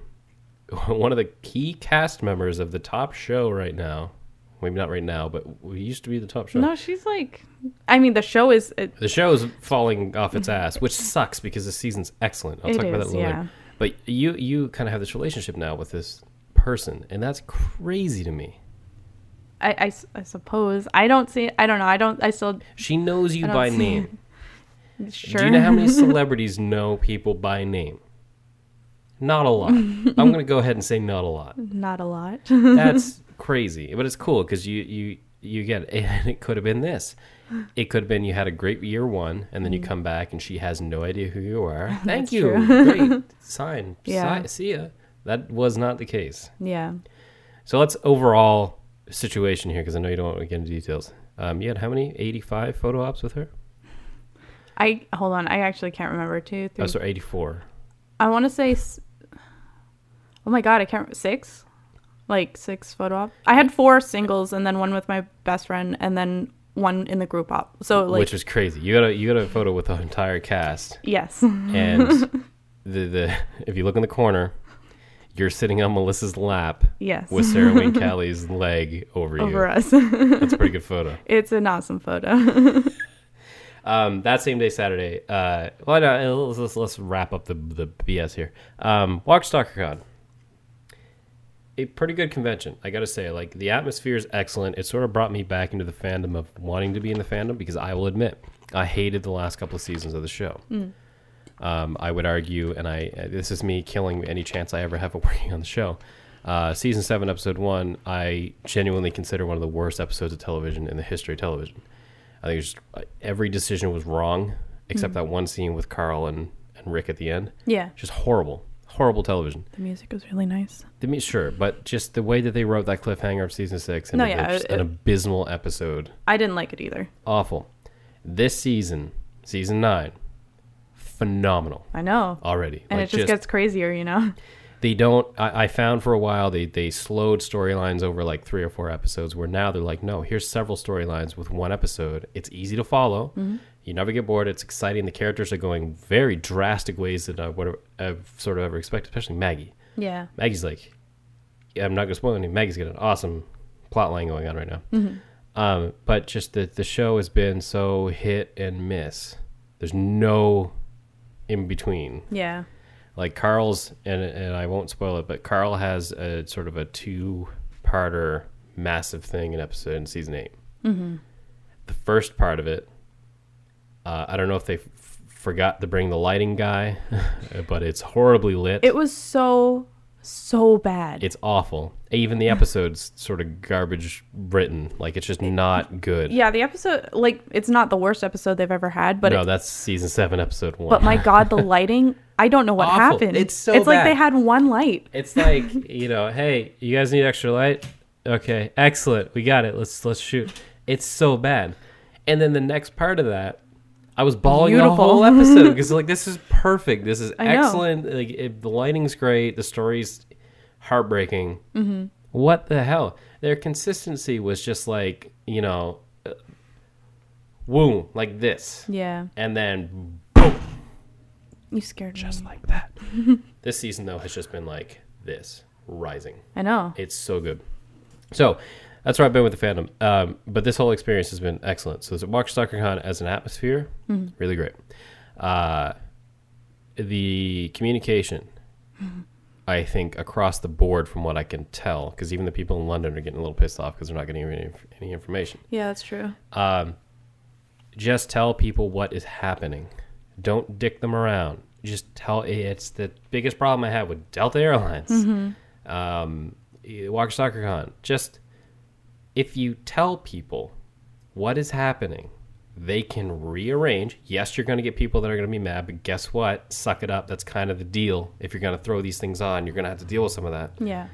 S1: one of the key cast members of the top show right now. Maybe not right now, but we used to be the top show.
S2: No, she's like, I mean, the show is. It,
S1: The show is falling off its ass, which sucks because the season's excellent. I'll
S2: Mm-hmm. It
S1: talk about that
S2: is,
S1: later.
S2: yeah.
S1: But you you kind of have this relationship now with this person, and that's crazy to me.
S2: I, I s- I suppose. I don't see. I don't know. I don't. I still.
S1: She knows you
S2: I don't
S1: by
S2: see-
S1: name.
S2: Sure.
S1: Do you know how many celebrities know people by name? Not a lot. I'm going to go ahead and say not a lot.
S2: Not a lot.
S1: That's crazy, but it's cool because you you you get it. And it could have been this. It could have been you had a great year one, and
S2: Mm-hmm.
S1: then you come back and she has no idea who you are. Thank you. great sign.
S2: Yeah.
S1: Si- see ya. That was not the case.
S2: yeah.
S1: So let's overall situation here because I know you don't want to get into details. Um, you had how many? Eighty-five photo ops with her. Oh,
S2: I hold on. I actually can't remember. Two, three.
S1: Oh, sorry, eighty-four.
S2: I want to say. s- Oh my god! I can't. rem- Six. Like six photo op. I had four singles, and then one with my best friend, and then one in the group op. So like.
S1: which was crazy. You got a you got a photo with the entire cast.
S2: Yes.
S1: and the the if you look in the corner, you're sitting on Melissa's lap
S2: Yes.
S1: with Sarah Wayne Callie's leg over,
S2: Over
S1: you.
S2: us.
S1: That's a pretty good photo.
S2: it's an awesome photo.
S1: Um, that same day, Saturday. Uh, well, no, let's, let's let's wrap up the the BS here. Um, Walk Stalker Con. A pretty good convention, I gotta say. Like the atmosphere is excellent. It sort of brought me back into the fandom of wanting to be in the fandom because I will admit I hated the last couple of seasons of the show. Um, I would argue, and I uh, this is me killing any chance I ever have of working on the show. Uh, season seven, episode one, I genuinely consider one of the worst episodes of television in the history of television. I think it was just, uh, every decision was wrong
S2: Hmm.
S1: except that one scene with Carl and, and Rick at the end.
S2: yeah.
S1: Just horrible, horrible television.
S2: The music was really nice.
S1: I mean, sure, but just the way that they wrote that cliffhanger of season six and
S2: No,
S1: it was
S2: yeah,
S1: just
S2: it-
S1: an abysmal episode.
S2: I didn't like it either.
S1: Awful. This season, season nine, phenomenal
S2: I know.
S1: already.
S2: and
S1: Oh, Like,
S2: it just, gets crazier, you know?
S1: they don't I, I found for a while they they slowed storylines over like three or four episodes where now they're like no here's several storylines with one episode it's easy to follow you never get bored it's exciting the characters are going very drastic ways that i would have sort of ever expected especially maggie
S2: Yeah.
S1: maggie's like yeah, i'm not gonna spoil anything maggie's got an awesome plot line going on right now. Um, but just that the show has been so hit and miss. There's no in between.
S2: Yeah.
S1: Like Carl's, and and I won't spoil it, but Carl has a sort of a two-parter massive thing in episode in season 8 Mm-hmm. The first part of it, uh, I don't know if they f- forgot to bring the lighting guy, but it's horribly lit.
S2: It was so so bad.
S1: It's awful. Even the episode's sort of garbage written. Like it's just not good.
S2: yeah, the episode like it's not the worst episode they've ever had, but
S1: no,
S2: it,
S1: that's season seven, episode one.
S2: but my god, the lighting, I don't know what
S1: Awful.
S2: happened.
S1: It's so
S2: It's like
S1: bad.
S2: they had one light.
S1: it's like you know, hey, you guys need extra light. Okay, excellent. We got it. Let's let's shoot. It's so bad. And then the next part of that, I was bawling the
S2: Beautiful.
S1: whole episode because like this is perfect. This is
S2: I know.
S1: excellent. Like it, the lighting's great. The story's heartbreaking. Mm-hmm. What the hell? Their consistency was just like you know, uh, woo, like this,
S2: Yeah.
S1: and then boom,
S2: You scared me.
S1: just like that. this season though has just been like this, rising.
S2: I know.
S1: It's so good. So that's where I've been with the fandom. Um, but this whole experience has been excellent. So Watch Stalker Con as an atmosphere, really great. Uh, the communication, I think, across the board, from what I can tell, because even the people in London are getting a little pissed off because they're not getting any, any information
S2: Yeah, that's true.
S1: just tell people what is happening. Don't dick them around. Just tell. It's the biggest problem I have with Delta Airlines, um, Walker Soccer Con. Just if you tell people what is happening, they can rearrange. Yes, you're going to get people that are going to be mad, but guess what? Suck it up. That's kind of the deal. If you're going to throw these things on, you're going to have to deal with some of that
S2: Yeah.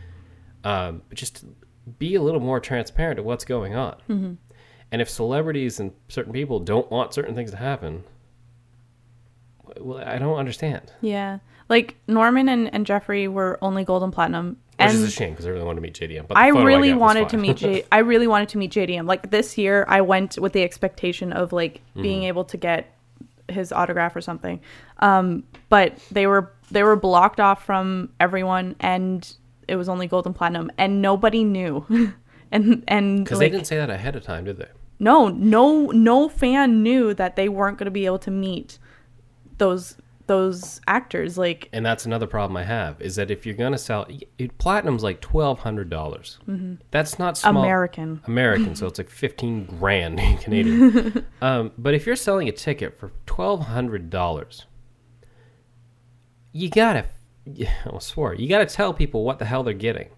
S1: um, but just be a little more transparent to what's going on.
S2: Mm-hmm.
S1: And if celebrities and certain people don't want certain things to happen, w- well, I don't understand.
S2: Yeah. Like Norman and, and Jeffrey were only gold and platinum.
S1: Which
S2: and
S1: is a shame because I really wanted to meet JDM. But the
S2: I
S1: photo
S2: really
S1: got was
S2: wanted to
S1: fine.
S2: meet J- I really wanted to meet JDM. Like this year I went with the expectation of like
S1: Mm-hmm.
S2: being able to get his autograph or something. Um but they were they were blocked off from everyone and it was only gold and platinum and nobody knew. and and
S1: because
S2: like
S1: they didn't say that ahead of time, did they?
S2: no, no no fan knew that they weren't going to be able to meet those those actors like
S1: And that's another problem I have is that if you're gonna sell, y- it, platinum's like twelve hundred dollars. That's not small.
S2: Mm-hmm. American.
S1: American, so it's like fifteen grand in Canadian. um, but if you're selling a ticket for twelve hundred dollars, you gotta, yeah, I swore, you gotta tell people what the hell they're getting.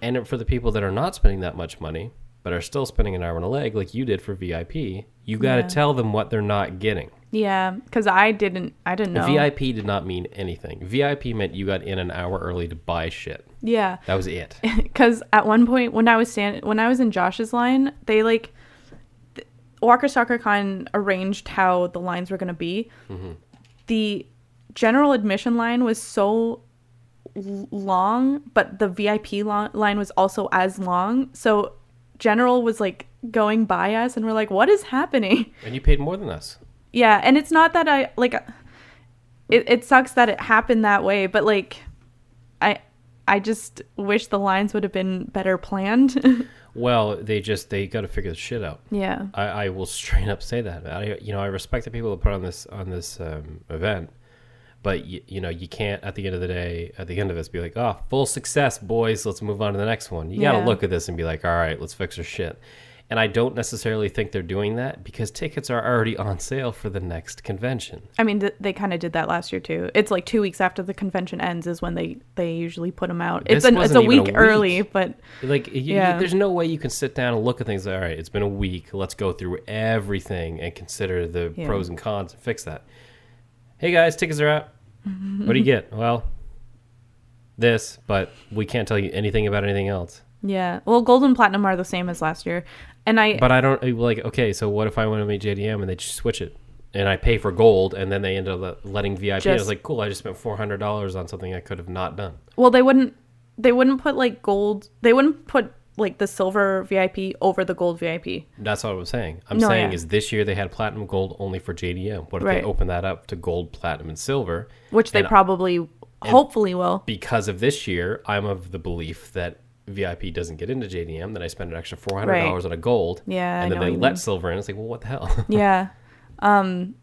S1: And for the people that are not spending that much money but are still spending an arm and a leg, like you did for VIP, you gotta
S2: Yeah.
S1: tell them what they're not getting.
S2: Yeah, because I didn't. I didn't know.
S1: VIP did not mean anything. VIP meant you got in an hour early to buy shit.
S2: Yeah,
S1: That was it.
S2: because at one point when I was stand when I was in Josh's line, they like th- Walker Soccer Con arranged how the lines were gonna be. The general admission line was so l- long, but the VIP lo- line was also as long. So general was like going by us, and we're like, "What is happening?"
S1: and you paid more than us.
S2: Yeah, and it's not that I like it it sucks that it happened that way, but like I I just wish the lines would have been better planned.
S1: Well, they just they got to figure the shit out.
S2: yeah.
S1: I, I will straight up say that. I, you know, I respect the people that put on this on this um, event, but y- you know, you can't at the end of the day, at the end of this, be like, "Oh, full success, boys. Let's move on to the next one." You got to
S2: Yeah.
S1: look at this and be like, "All right, let's fix our shit." And I don't necessarily think they're doing that because tickets are already on sale for the next convention.
S2: I mean, th- they kind of did that last year too. It's like 2 weeks after the convention ends is when they they usually put them out.
S1: This
S2: it's an, it's
S1: wasn't
S2: a
S1: even a
S2: week,
S1: week.
S2: early, but
S1: Like, y- y-
S2: Yeah.
S1: there's no way you can sit down and look at things. All right, it's been a week. Let's go through everything and consider the
S2: Yeah.
S1: pros and cons and fix that. Hey guys, tickets are out. what do you get? Well, this, but we can't tell you anything about anything else.
S2: yeah. Well, gold and platinum are the same as last year. And I
S1: But I don't uh, like. Okay, so what if I want to meet JDM and they just switch it? And I pay for gold, and then they end up le- letting VIP. I was
S2: Just-
S1: like, cool. I just spent four hundred dollars on something I could have not done.
S2: well, they wouldn't they wouldn't put like gold. They wouldn't put like the silver VIP over the gold VIP.
S1: That's what I was saying. I'm
S2: No,
S1: saying
S2: yeah.
S1: is this year they had platinum gold only for JDM. What if they
S2: Right.
S1: open that up to gold, platinum, and silver?
S2: which they
S1: And
S2: probably hopefully will
S1: because of this year, I'm of the belief that VIP doesn't get into JDM, then I spend an extra four hundred dollars on a gold.
S2: Yeah, I
S1: and then
S2: know
S1: they
S2: what you
S1: let
S2: mean.
S1: silver in. It's like, well, what the hell?
S2: yeah. Um,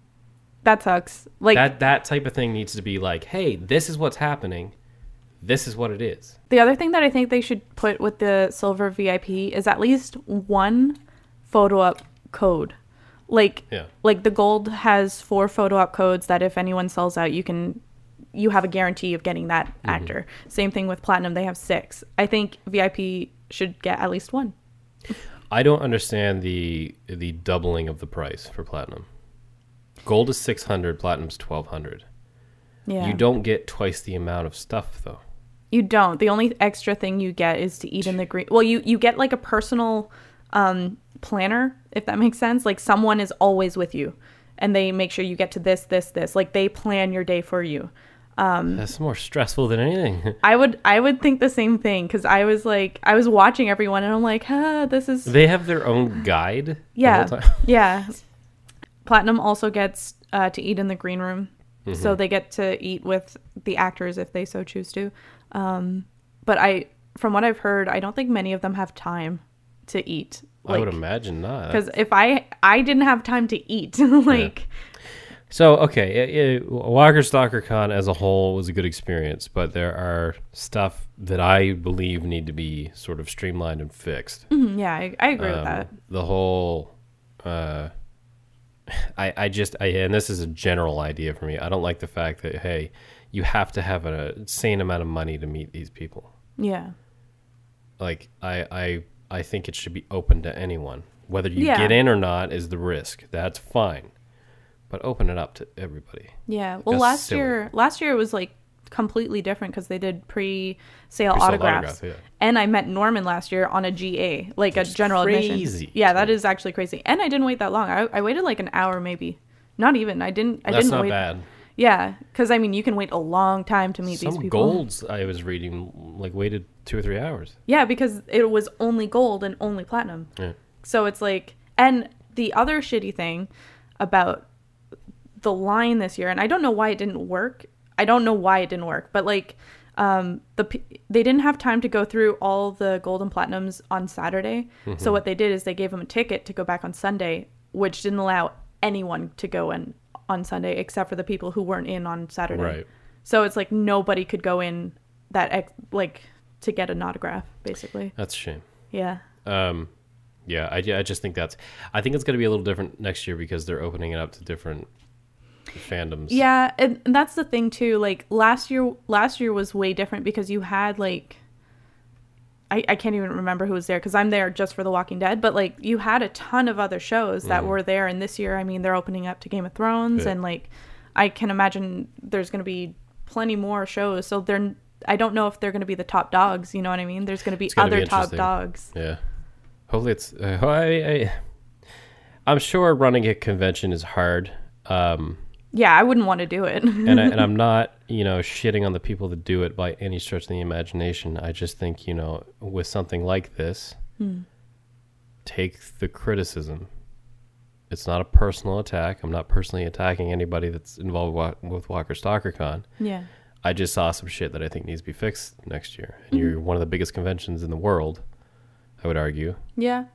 S2: that sucks. Like
S1: that that type of thing needs to be like, hey, this is what's happening. This is what it is.
S2: the other thing that I think they should put with the silver VIP is at least one photo up code. Like
S1: Yeah.
S2: like the gold has four photo op codes that if anyone sells out you can you have a guarantee of getting that
S1: Mm-hmm.
S2: actor same thing with platinum they have six i think vip should get at least one
S1: I don't understand the the doubling of the price for platinum. Gold is six hundred, platinum's twelve hundred.
S2: yeah
S1: You don't get twice the amount of stuff though.
S2: you don't the only extra thing you get is to eat in the green well you you get like a personal um planner if that makes sense like someone is always with you and they make sure you get to this this this like they plan your day for you
S1: That's more stressful than anything.
S2: i would i would think the same thing because i was like i was watching everyone and i'm like huh this is
S1: they have their own guide. the
S2: Yeah.
S1: whole time.
S2: yeah. Platinum also gets uh, to eat in the green room. So
S1: Mm-hmm.
S2: they get to eat with the actors if they so choose to. Um, but I, from what I've heard, I don't think many of them have time to eat.
S1: I would
S2: Like,
S1: imagine not.
S2: because if I, I didn't have time to eat. like,
S1: So okay, uh, uh, Walker Stalker Con as a whole was a good experience, but there are stuff that I believe need to be sort of streamlined and fixed.
S2: mm, yeah, I, I agree with
S1: Um,
S2: that.
S1: The whole, uh, I I just I and this is a general idea for me. I don't like the fact that hey, you have to have an insane amount of money to meet these people.
S2: Yeah.
S1: Like I I I think it should be open to anyone, whether you
S2: Yeah.
S1: get in or not is the risk. That's fine, but open it up to everybody.
S2: Yeah. Well,
S1: That's
S2: last
S1: silly.
S2: year, last year was like completely different because they did pre-sale
S1: Pre-sold
S2: autographs.
S1: autograph, yeah.
S2: And I met Norman last year on a GA, like a
S1: is
S2: general
S1: crazy
S2: admission. Yeah,
S1: to
S2: that
S1: me.
S2: is actually crazy. And I didn't wait that long. I, I waited like an hour, maybe. Not even. I didn't. I
S1: That's
S2: didn't
S1: not
S2: wait.
S1: bad.
S2: Yeah, because I mean, you can wait a long time to meet these
S1: Some
S2: people.
S1: golds I was reading like waited two or three hours.
S2: Yeah, because it was only gold and only platinum.
S1: Yeah.
S2: So it's like, and the other shitty thing about the line this year, and I don't know why it didn't work. I don't know why it didn't work, but like, um, the p- they didn't have time to go through all the gold and platinums on Saturday. So what they did is they gave them a ticket to go back on Sunday, which didn't allow anyone to go in on Sunday except for the people who weren't in on Saturday.
S1: Right.
S2: So it's like nobody could go in that ex- like to get an autograph, basically.
S1: That's a shame.
S2: Yeah.
S1: Um, yeah, I, I just think that's. I think it's going to be a little different next year because they're opening it up to different fandoms.
S2: Yeah, and and that's the thing too. Like last year, last year was way different because you had like, I I can't even remember who was there because I'm there just for The Walking Dead. But like, you had a ton of other shows that were there, and this year, I mean, they're opening up to Game of Thrones,
S1: Mm. Yeah.
S2: and like, I can imagine there's going to be plenty more shows. So they're. I don't know if they're going to be the top dogs. You know what I mean? There's going to be
S1: gonna be
S2: other top
S1: interesting.
S2: dogs.
S1: Yeah. Hopefully, it's. Uh, I, I, I'm sure running a convention is hard. Um,
S2: Yeah, I wouldn't want to do it.
S1: and, I, and I'm not, you know, shitting on the people that do it by any stretch of the imagination. I just think, you know, with something like this,
S2: Hmm.
S1: take the criticism. It's not a personal attack. I'm not personally attacking anybody that's involved wa- with Walker Stalker Con.
S2: yeah.
S1: I just saw some shit that I think needs to be fixed next year.
S2: Mm-hmm.
S1: And you're one of the biggest conventions in the world, I would argue.
S2: Yeah.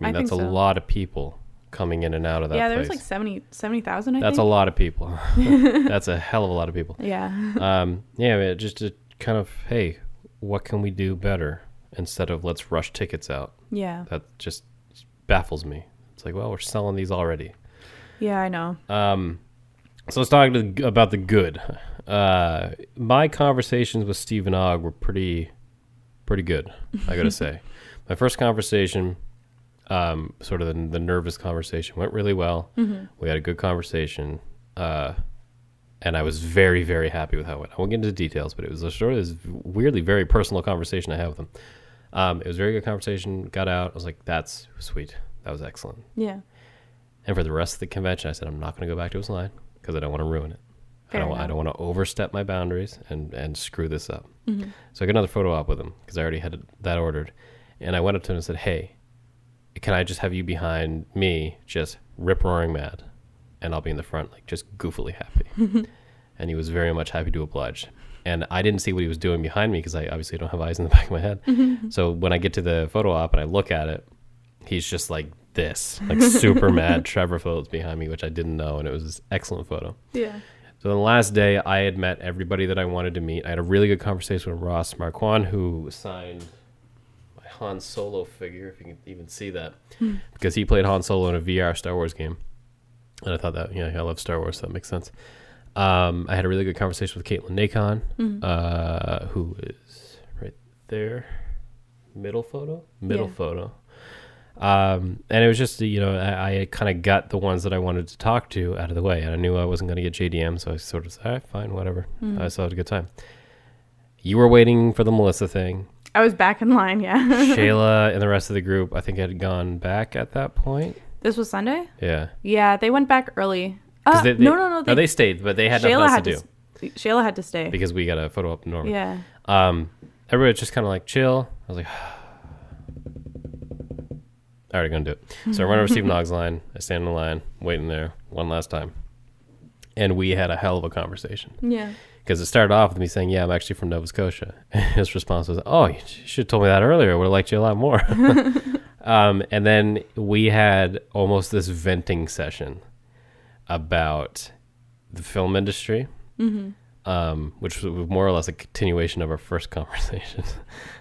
S1: I mean,
S2: I
S1: that's a
S2: think so.
S1: lot of people coming in and out of that
S2: yeah,
S1: place.
S2: there's like 70 70,000 I
S1: that's a
S2: think.
S1: lot of people. that's a hell of a lot of people
S2: yeah.
S1: um, yeah, I mean, just to kind of, hey, what can we do better instead of let's rush tickets out?
S2: Yeah.
S1: That just baffles me. It's like, well, we're selling these already.
S2: Yeah, I know.
S1: Um, so let's talk to, about the good. Uh, my conversations with Stephen Ogg were pretty, pretty good. I gotta say, my first conversation, um, sort of the, the nervous conversation, went really well. We had a good conversation, uh, and I was very, very happy with how it went. I won't get into details, but it was a sort of this weirdly very personal conversation I had with him. Um, it was a very good conversation. Got out. I was like, "That's sweet. That was excellent."
S2: Yeah.
S1: And for the rest of the convention, I said I'm not going to go back to his line because I don't want to ruin it.
S2: Fair
S1: I don't. I
S2: enough.
S1: don't want to overstep my boundaries and and screw this up.
S2: Mm-hmm.
S1: So I got another photo op with him because I already had that ordered, and I went up to him and said, "Hey, can I just have you behind me, just rip roaring mad, and I'll be in the front, like just goofily happy." and he was very much happy to oblige. and I didn't see what he was doing behind me because I obviously don't have eyes in the back of my head.
S2: Mm-hmm.
S1: So when I get to the photo op and I look at it, he's just like this, like super mad. Trevor Phillips behind me, which I didn't know, and it was an excellent photo.
S2: Yeah.
S1: So the last day, I had met everybody that I wanted to meet. I had a really good conversation with Ross Marquand, who signed my Han Solo figure, if you can even see that, because he played Han Solo in a VR Star Wars game. And I thought that, yeah, I love Star Wars, so that makes sense. Um, I had a really good conversation with Caitlin Nacon, uh, who is right there, middle photo, middle
S2: Yeah.
S1: photo. Um, and it was just, you know, I, I kind of got the ones that I wanted to talk to out of the way. And I knew I wasn't going to get JDM, so I sort of said, all right, fine, whatever. I still had a good time. You were waiting for the Melissa thing.
S2: I was back in line, yeah.
S1: Shayla and the rest of the group, I think, had gone back at that point.
S2: this was Sunday?
S1: Yeah.
S2: Yeah, they went back early.
S1: 'Cause
S2: Uh,
S1: they- they-
S2: no, no, no. They,
S1: They stayed, but they had
S2: Shayla
S1: nothing else
S2: had
S1: to do
S2: to, s- Shayla had to stay.
S1: because we got a photo up normal.
S2: yeah.
S1: Um, everybody was just kind of like chill. I was like, already gonna do it. So I run over to Steve Nogg's line. I stand in the line, waiting there one last time, and we had a hell of a conversation
S2: Yeah.
S1: because it started off with me saying, "Yeah, I'm actually from Nova Scotia." His response was, "Oh, you should have told me that earlier. I Would have liked you a lot more." um, and then we had almost this venting session about the film industry, um, which was more or less a continuation of our first conversation.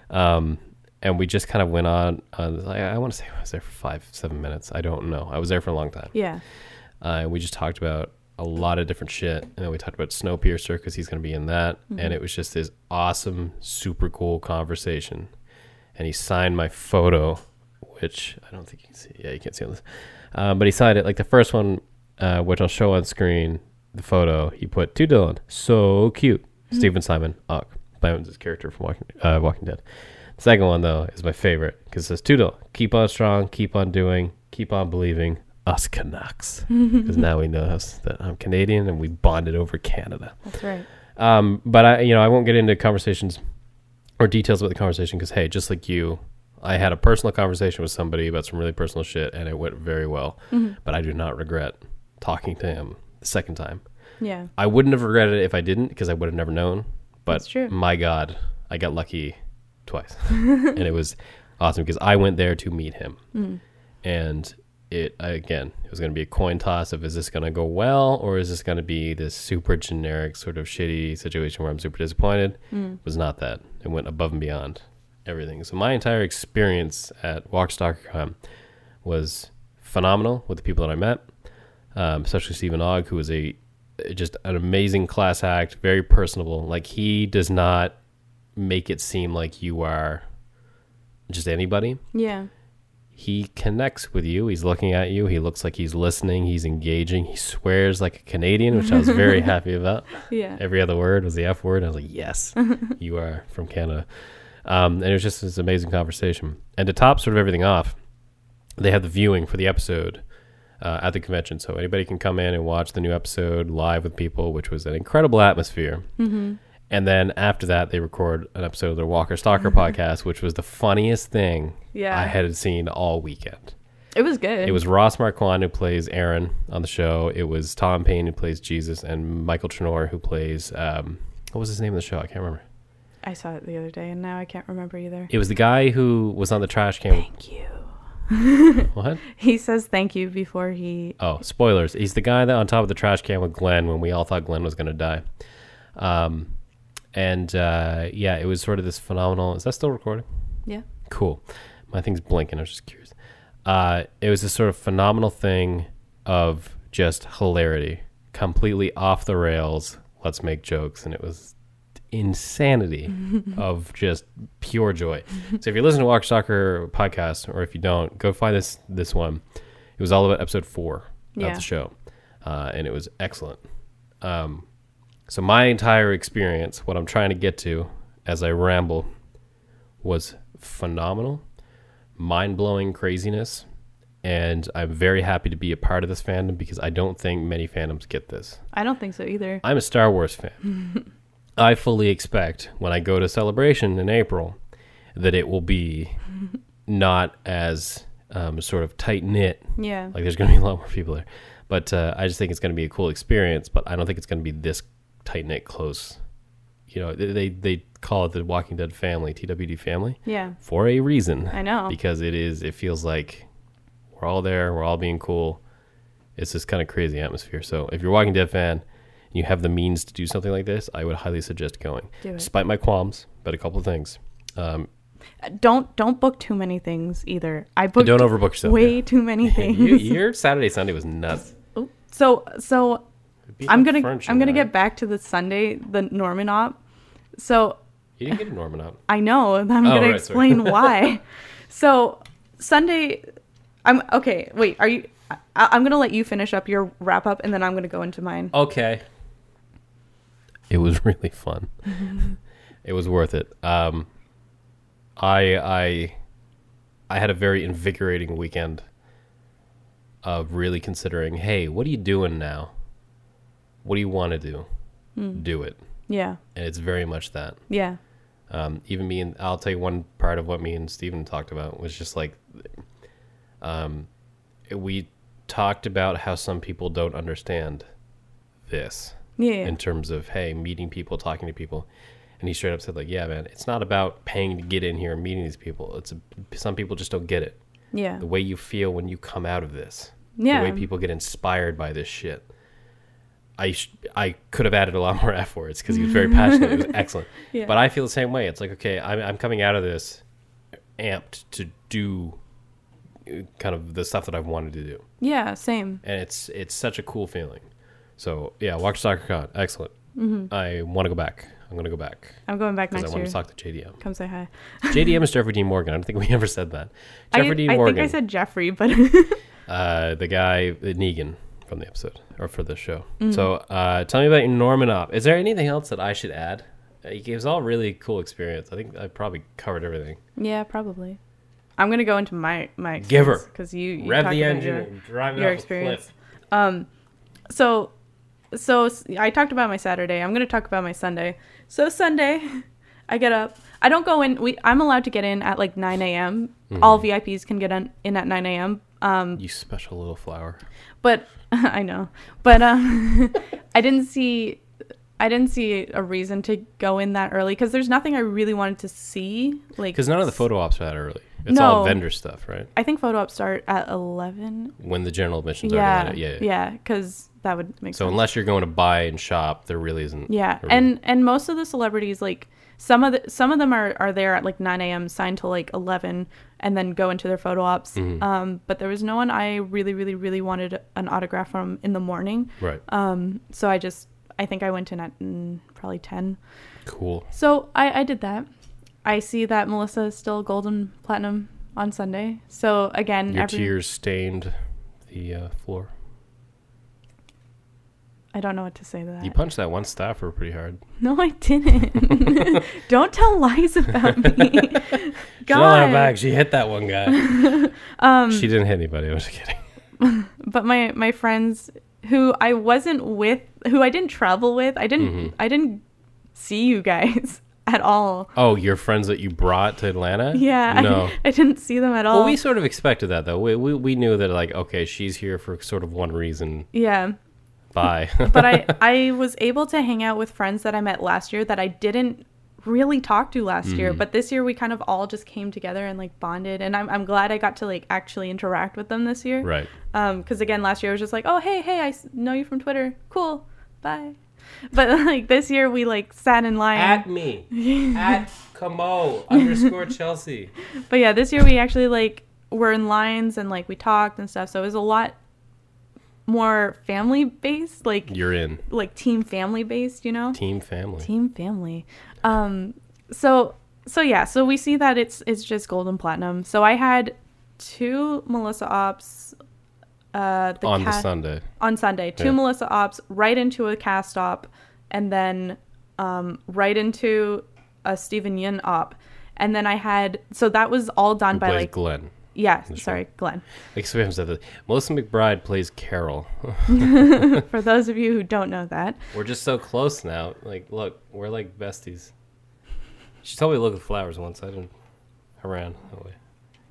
S1: um, and we just kind of went on. on I, I want to say I was there for five, seven minutes. I don't know. I was there for a long time.
S2: Yeah.
S1: Uh, and we just talked about a lot of different shit. And then we talked about Snowpiercer because he's going to be in that. And it was just this awesome, super cool conversation. And he signed my photo, which I don't think you can see. Yeah, you can't see on this. Um, but he signed it like the first one, uh, which I'll show on screen. The photo he put to Dylan, so cute. Stephen Simon Uck. Simon's his character from Walking uh, Walking Dead. The second one though is my favorite because it says to Dylan, keep on strong, keep on doing, keep on believing, us Canucks. Because now he knows that I'm Canadian and we bonded over Canada.
S2: That's right.
S1: Um, but I, you know, I won't get into conversations or details about the conversation because, hey, just like you, I had a personal conversation with somebody about some really personal shit and it went very well. But I do not regret talking to him the second time.
S2: Yeah.
S1: I wouldn't have regretted it if I didn't because I would have never known. But
S2: That's true.
S1: my God, I got lucky twice. and it was awesome because I went there to meet him.
S2: Mm.
S1: And it, again, it was going to be a coin toss of is this going to go well or is this going to be this super generic sort of shitty situation where I'm super disappointed?
S2: Mm.
S1: was not that. It went above and beyond everything. So my entire experience at WalkStalkerCon was phenomenal with the people that I met, um, especially Stephen Ogg, who was a just an amazing class act, very personable. Like he does not make it seem like you are just anybody.
S2: Yeah.
S1: He connects with you. He's looking at you. He looks like he's listening. He's engaging. He swears like a Canadian, which I was very happy about
S2: Yeah.
S1: every other word was the F word. I was like, yes, you are from Canada. Um, and it was just this amazing conversation. And to top sort of everything off, they had the viewing for the episode uh, at the convention. So anybody can come in and watch the new episode live with people, which was an incredible atmosphere.
S2: Mm-hmm.
S1: And then after that, they record an episode of their Walker Stalker podcast, which was the funniest thing
S2: Mm-hmm. Yeah.
S1: I had seen all weekend.
S2: It was good.
S1: It was Ross Marquand who plays Aaron on the show. It was Tom Payne who plays Jesus, and Michael Trenor who plays um, what was his name in the show? I can't remember.
S2: I saw it the other day and now I can't remember either.
S1: It was the guy who was on the trash can.
S2: Thank you.
S1: What?
S2: He says thank you before he
S1: Oh, spoilers! He's the guy that on top of the trash can with Glenn when we all thought Glenn was going to die. Um, and uh, yeah, it was sort of this phenomenal. Is that still recording?
S2: Yeah.
S1: Cool. My thing's blinking. I was just curious. Uh, it was this sort of phenomenal thing of just hilarity, completely off the rails. Let's make jokes, and it was insanity of just pure joy. So if you listen to Walk Soccer podcast, or if you don't, go find this this one. It was all about episode four
S2: Yeah.
S1: of the show, uh, and it was excellent. Um, so my entire experience, what I'm trying to get to as I ramble, was phenomenal, mind blowing craziness, and I'm very happy to be a part of this fandom because I don't think many fandoms get this.
S2: I don't think so either.
S1: I'm a Star Wars fan. I fully expect when I go to Celebration in April that it will be not as um, sort of tight knit
S2: Yeah.
S1: like there's going to be a lot more people there, but uh, I just think it's going to be a cool experience. But I don't think it's going to be this tight knit, close you know, they they- they call it the Walking Dead family, TWD family,
S2: Yeah.
S1: for a reason.
S2: I know.
S1: because it is. It feels like we're all there. We're all being cool. It's this kind of crazy atmosphere. So if you're a Walking Dead fan and you have the means to do something like this, I would highly suggest going.
S2: Do it.
S1: Despite my qualms, but a couple of things. Um,
S2: Don't don't book too many things either. I booked
S1: don't overbook yourself.
S2: way
S1: yeah.
S2: too many things.
S1: You- your Saturday Sunday was nuts.
S2: Oh, so so
S1: Beat
S2: I'm
S1: up
S2: gonna
S1: furniture,
S2: I'm gonna
S1: man.
S2: get back to the Sunday the Norman op. So
S1: You didn't get a Norman up.
S2: I know. and I'm
S1: Oh,
S2: gonna
S1: right, sorry.
S2: explain why. So Sunday, I'm okay. Wait, are you? I, I'm gonna let you finish up your wrap up, and then I'm gonna go into
S1: Oh.
S2: mine.
S1: Okay. It was really fun. it was worth it. Um, I I I had a very invigorating weekend of really considering. Hey, what are you doing now? What do you want to do? Do it,
S2: Yeah,
S1: and it's very much that.
S2: yeah,
S1: Um, even me and I'll tell you one part of what me and Steven talked about was just like, um, we talked about how some people don't understand this
S2: yeah,
S1: in terms of hey meeting people talking to people and he straight up said like yeah man it's not about paying to get in here and meeting these people it's some people just don't get it
S2: yeah,
S1: the way you feel when you come out of this
S2: Yeah.
S1: the way people get inspired by this shit i sh- i could have added a lot more f words because he was very passionate it was excellent
S2: Yeah.
S1: but i feel the same way it's like okay I'm, I'm coming out of this amped to do uh, kind of the stuff that i've wanted to do
S2: yeah. Same.
S1: and it's it's such a cool feeling. So yeah, watch Soccer Con, excellent.
S2: Mm-hmm.
S1: I want to go back. I'm gonna go back
S2: I'm going back
S1: because I
S2: next
S1: want
S2: year.
S1: to talk to JDM.
S2: Come say hi.
S1: JDM is Jeffrey Dean Morgan. I don't think we ever said that.
S2: I,
S1: Jeffrey Dean
S2: I
S1: Morgan,
S2: think I said Jeffrey, but
S1: uh, the guy uh, Negan from the episode or for the show.
S2: Mm-hmm.
S1: So uh, tell me about your Norman op. Is there anything else that I should add? Uh, It was all really cool experience. I think I probably covered everything.
S2: yeah, probably. I'm gonna go into my my
S1: Give her.
S2: because you, you
S1: Rev
S2: talked
S1: the
S2: about
S1: engine,
S2: your-
S1: and drive it
S2: your
S1: off a
S2: experience.
S1: cliff.
S2: so so s- i talked about my saturday i'm going to talk about my sunday so sunday i get up i don't go in we i'm allowed to get in at like 9 a.m all vips can get in, in at 9 a.m um
S1: You special little flower.
S2: but i know but um i didn't see i didn't see a reason to go in that early because there's nothing i really wanted to see like
S1: Because none of the photo ops are that early. It's all
S2: No.
S1: vendor stuff, right?
S2: i think photo ups start at 11
S1: When the general admissions are
S2: yeah
S1: done, yeah,
S2: yeah because that would make
S1: So
S2: sense
S1: unless you're going to buy and shop, there really isn't.
S2: Yeah,
S1: a reason.
S2: and and most of the celebrities like some of the some of them are are there at like 9 a.m. signed till like 11 and then go into their photo ops.
S1: Mm-hmm.
S2: Um, but there was no one I really really really wanted an autograph from in the morning.
S1: right,
S2: Um, so I just I think I went in at mm, probably 10.
S1: cool.
S2: So I I did that. I see that Melissa is still golden platinum on Sunday. So again,
S1: Your
S2: every,
S1: tears stained the uh, floor.
S2: I don't know what to say to that.
S1: You punched that one staffer pretty hard.
S2: no, I didn't. don't tell lies about me.
S1: She don't let her
S2: God.
S1: back. She hit that one guy. um, she didn't hit anybody. I was kidding.
S2: but my my friends who I wasn't with, who I didn't travel with, I didn't
S1: Mm-hmm.
S2: I didn't see you guys at all.
S1: Oh, your friends that you brought to Atlanta?
S2: Yeah,
S1: No.
S2: I, I didn't see them at all.
S1: well, we sort of expected that though. We, we we knew that like okay, she's here for sort of one reason.
S2: yeah,
S1: Bye.
S2: but I I was able to hang out with friends that I met last year that I didn't really talk to last
S1: Mm-hmm.
S2: year, but this year we kind of all just came together and like bonded, and I'm I'm glad I got to like actually interact with them this year.
S1: right.
S2: Um, because again, last year I was just like, oh hey hey, I s- know you from Twitter, cool, bye. But like this year we like sat in line
S1: me at Camo underscore Chelsea.
S2: But yeah, this year we actually like were in lines and like we talked and stuff. So it was a lot more family based, like
S1: You're in
S2: like team family based, you know?
S1: team family.
S2: Team family. Um so so yeah, so we see that it's it's just gold and platinum. So I had two Melissa ops uh the
S1: on the
S2: cat-
S1: Sunday.
S2: on Sunday. Two
S1: Yeah.
S2: Melissa ops right into a cast op, and then um, right into a Stephen Yin op, and then I had so that was all done
S1: Who
S2: by
S1: plays
S2: like
S1: Glenn?
S2: yeah sorry Glenn.
S1: Explains that the- Melissa McBride plays Carol.
S2: For those of you who don't know that,
S1: We're just so close now. Like, look, we're like besties. She told me to look at flowers once. I didn't. I ran away.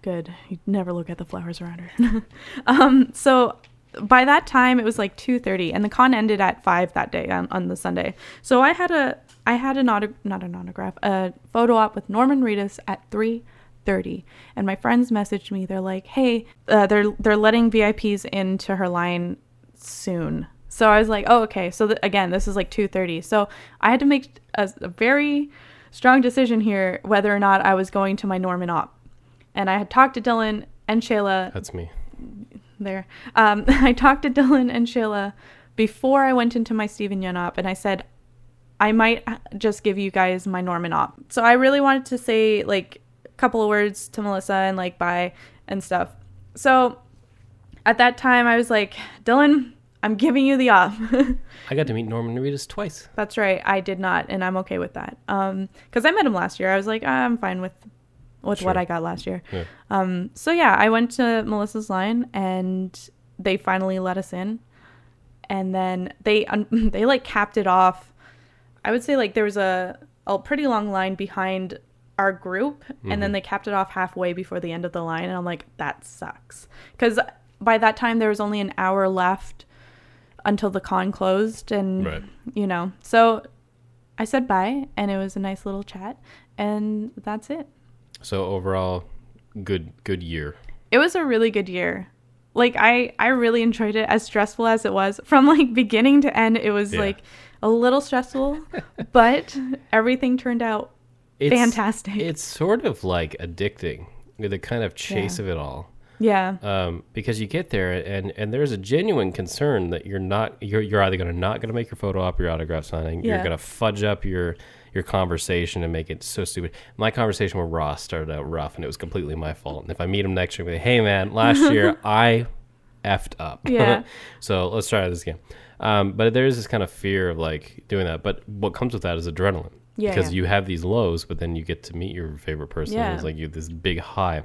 S2: good you never look at the flowers around her. um, so by that time it was like two thirty, and the con ended at five that day on, on the Sunday. So I had a I had an auto, not an autograph, a photo op with Norman Reedus at 3:30, and my friends messaged me. They're like, "Hey, uh, they're they're letting VIPs into her line soon." So I was like, "Oh, okay." So th- again, this is like 2:30. So I had to make a, a very strong decision here whether or not I was going to my Norman op. And I had talked to Dylan and Shayla
S1: That's me.
S2: there. Um, I talked to Dylan and Shayla before I went into my Steven Yeun op, and I said, I might uh, just give you guys my Norman op. So I really wanted to say like a couple of words to Melissa and like bye and stuff. So at that time, I was like, Dylan, I'm giving you the op.
S1: I got to meet Norman Reedus twice.
S2: That's right, I did not, and I'm okay with that. Um, because I met him last year, I was like, "Ah, I'm fine with with what
S1: Sure.
S2: I got last year.
S1: Yeah.
S2: Um, so yeah, I went to Melissa's line and they finally let us in. And then they un- they like capped it off. I would say like there was a a pretty long line behind our group and
S1: Mm-hmm.
S2: then they capped it off halfway before the end of the line and I'm like that sucks. Cuz by that time there was only an hour left until the con closed and
S1: Right.
S2: you know. So I said bye and it was a nice little chat and that's it.
S1: So overall, good good year.
S2: it was a really good year like i i really enjoyed it as stressful as it was from like beginning to end it was
S1: Yeah.
S2: like a little stressful but everything turned out
S1: It's,
S2: Fantastic.
S1: It's sort of like addicting, the kind of chase of it all.
S2: yeah
S1: um, because you get there and and there's a genuine concern that you're not you're you're either going to not going to make your photo op or your autograph signing, you're
S2: Yeah.
S1: going to fudge up your your conversation and make it so stupid. My conversation with Ross started out rough and it was completely my fault. And if I meet him next year, I'm gonna be like, hey man, last year I effed up.
S2: Yeah.
S1: so let's try this again. Um, but there is this kind of fear of like doing that. But what comes with that is adrenaline.
S2: Yeah,
S1: because
S2: yeah.
S1: you have these lows, but then you get to meet your favorite person.
S2: Yeah.
S1: It's like you this big high.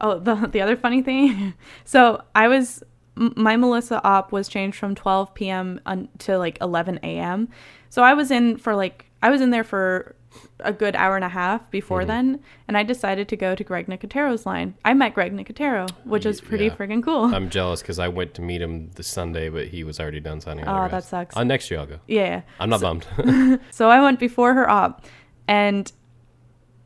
S2: oh the, the other funny thing so i was m- my melissa op was changed from 12 p.m un- to like 11 a.m so i was in for like i was in there for a good hour and a half before
S1: Mm-hmm.
S2: then and i decided to go to greg nicotero's line i met greg nicotero which is
S1: Y-
S2: pretty
S1: yeah. Uh,
S2: friggin' cool
S1: I'm jealous because I went to meet him this Sunday, but he was already done signing.
S2: Oh,
S1: autographs.
S2: that sucks.
S1: Uh, next year I'll go.
S2: yeah
S1: I'm not bummed.
S2: So I went before her op, and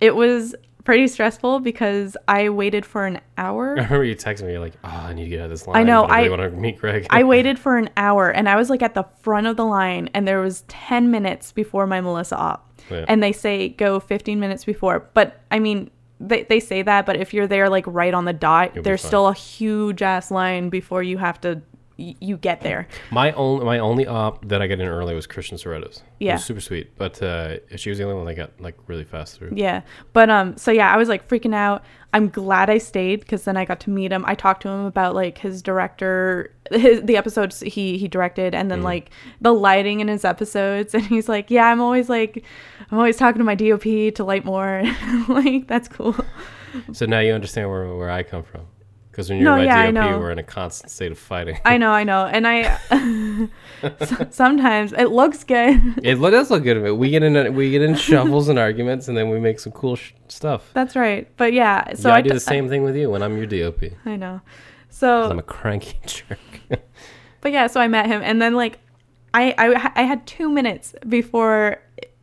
S2: it was pretty stressful because I waited for an
S1: I
S2: hour.
S1: remember you texted me. You're like, "Oh, I need to get out of this line."
S2: know,
S1: but I,
S2: I-
S1: want to meet Greg.
S2: I waited for an hour, and I was like at the front of the line, and there was ten minutes before my Melissa op,
S1: Yeah.
S2: and they say go fifteen minutes before, but I mean. They, they say that, but if you're there like right on the dot,
S1: be
S2: there's
S1: fine.
S2: still a huge ass line before you have to y- you get there.
S1: my only my only op that I got in early was Christian Serrato's.
S2: Yeah.
S1: super sweet. But uh, she was the only one that got like really fast through.
S2: Yeah. But um so yeah, I was like freaking out. I'm glad I stayed cuz then I got to meet him. I talked to him about like his director his, the episodes he he directed and
S1: Mm-hmm.
S2: then like the lighting in his episodes and he's like, "Yeah, I'm always like I'm always talking to my DOP to light more." like that's cool.
S1: So now you understand where where I come from. Because when you're
S2: No,
S1: my
S2: yeah, I
S1: DOP,
S2: know.
S1: we're in a constant state of fighting.
S2: I know, I know. And I so- sometimes it looks good.
S1: it lo- does look good. But we get in we get in shovels and arguments, and then we make some cool sh- stuff.
S2: That's right. But yeah, so
S1: yeah, I,
S2: I
S1: do
S2: t-
S1: the same thing with you when I'm your DOP. 'cause
S2: I know. So
S1: I'm a cranky jerk.
S2: But yeah, so I met him, and then like, I I, I had two minutes before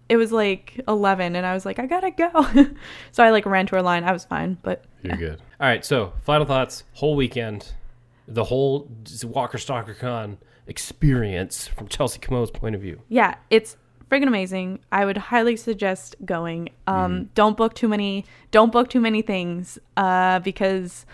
S2: it was like eleven, and I was like, I gotta go. so I like ran to her line. I was fine, but
S1: You're good. All right. So, final thoughts. Whole weekend, the whole Walker Stalker Con experience from Chelsea Camo's point of view.
S2: yeah, it's friggin' amazing. I would highly suggest going.
S1: Mm-hmm.
S2: Um, Don't book too many. Don't book too many things, uh, because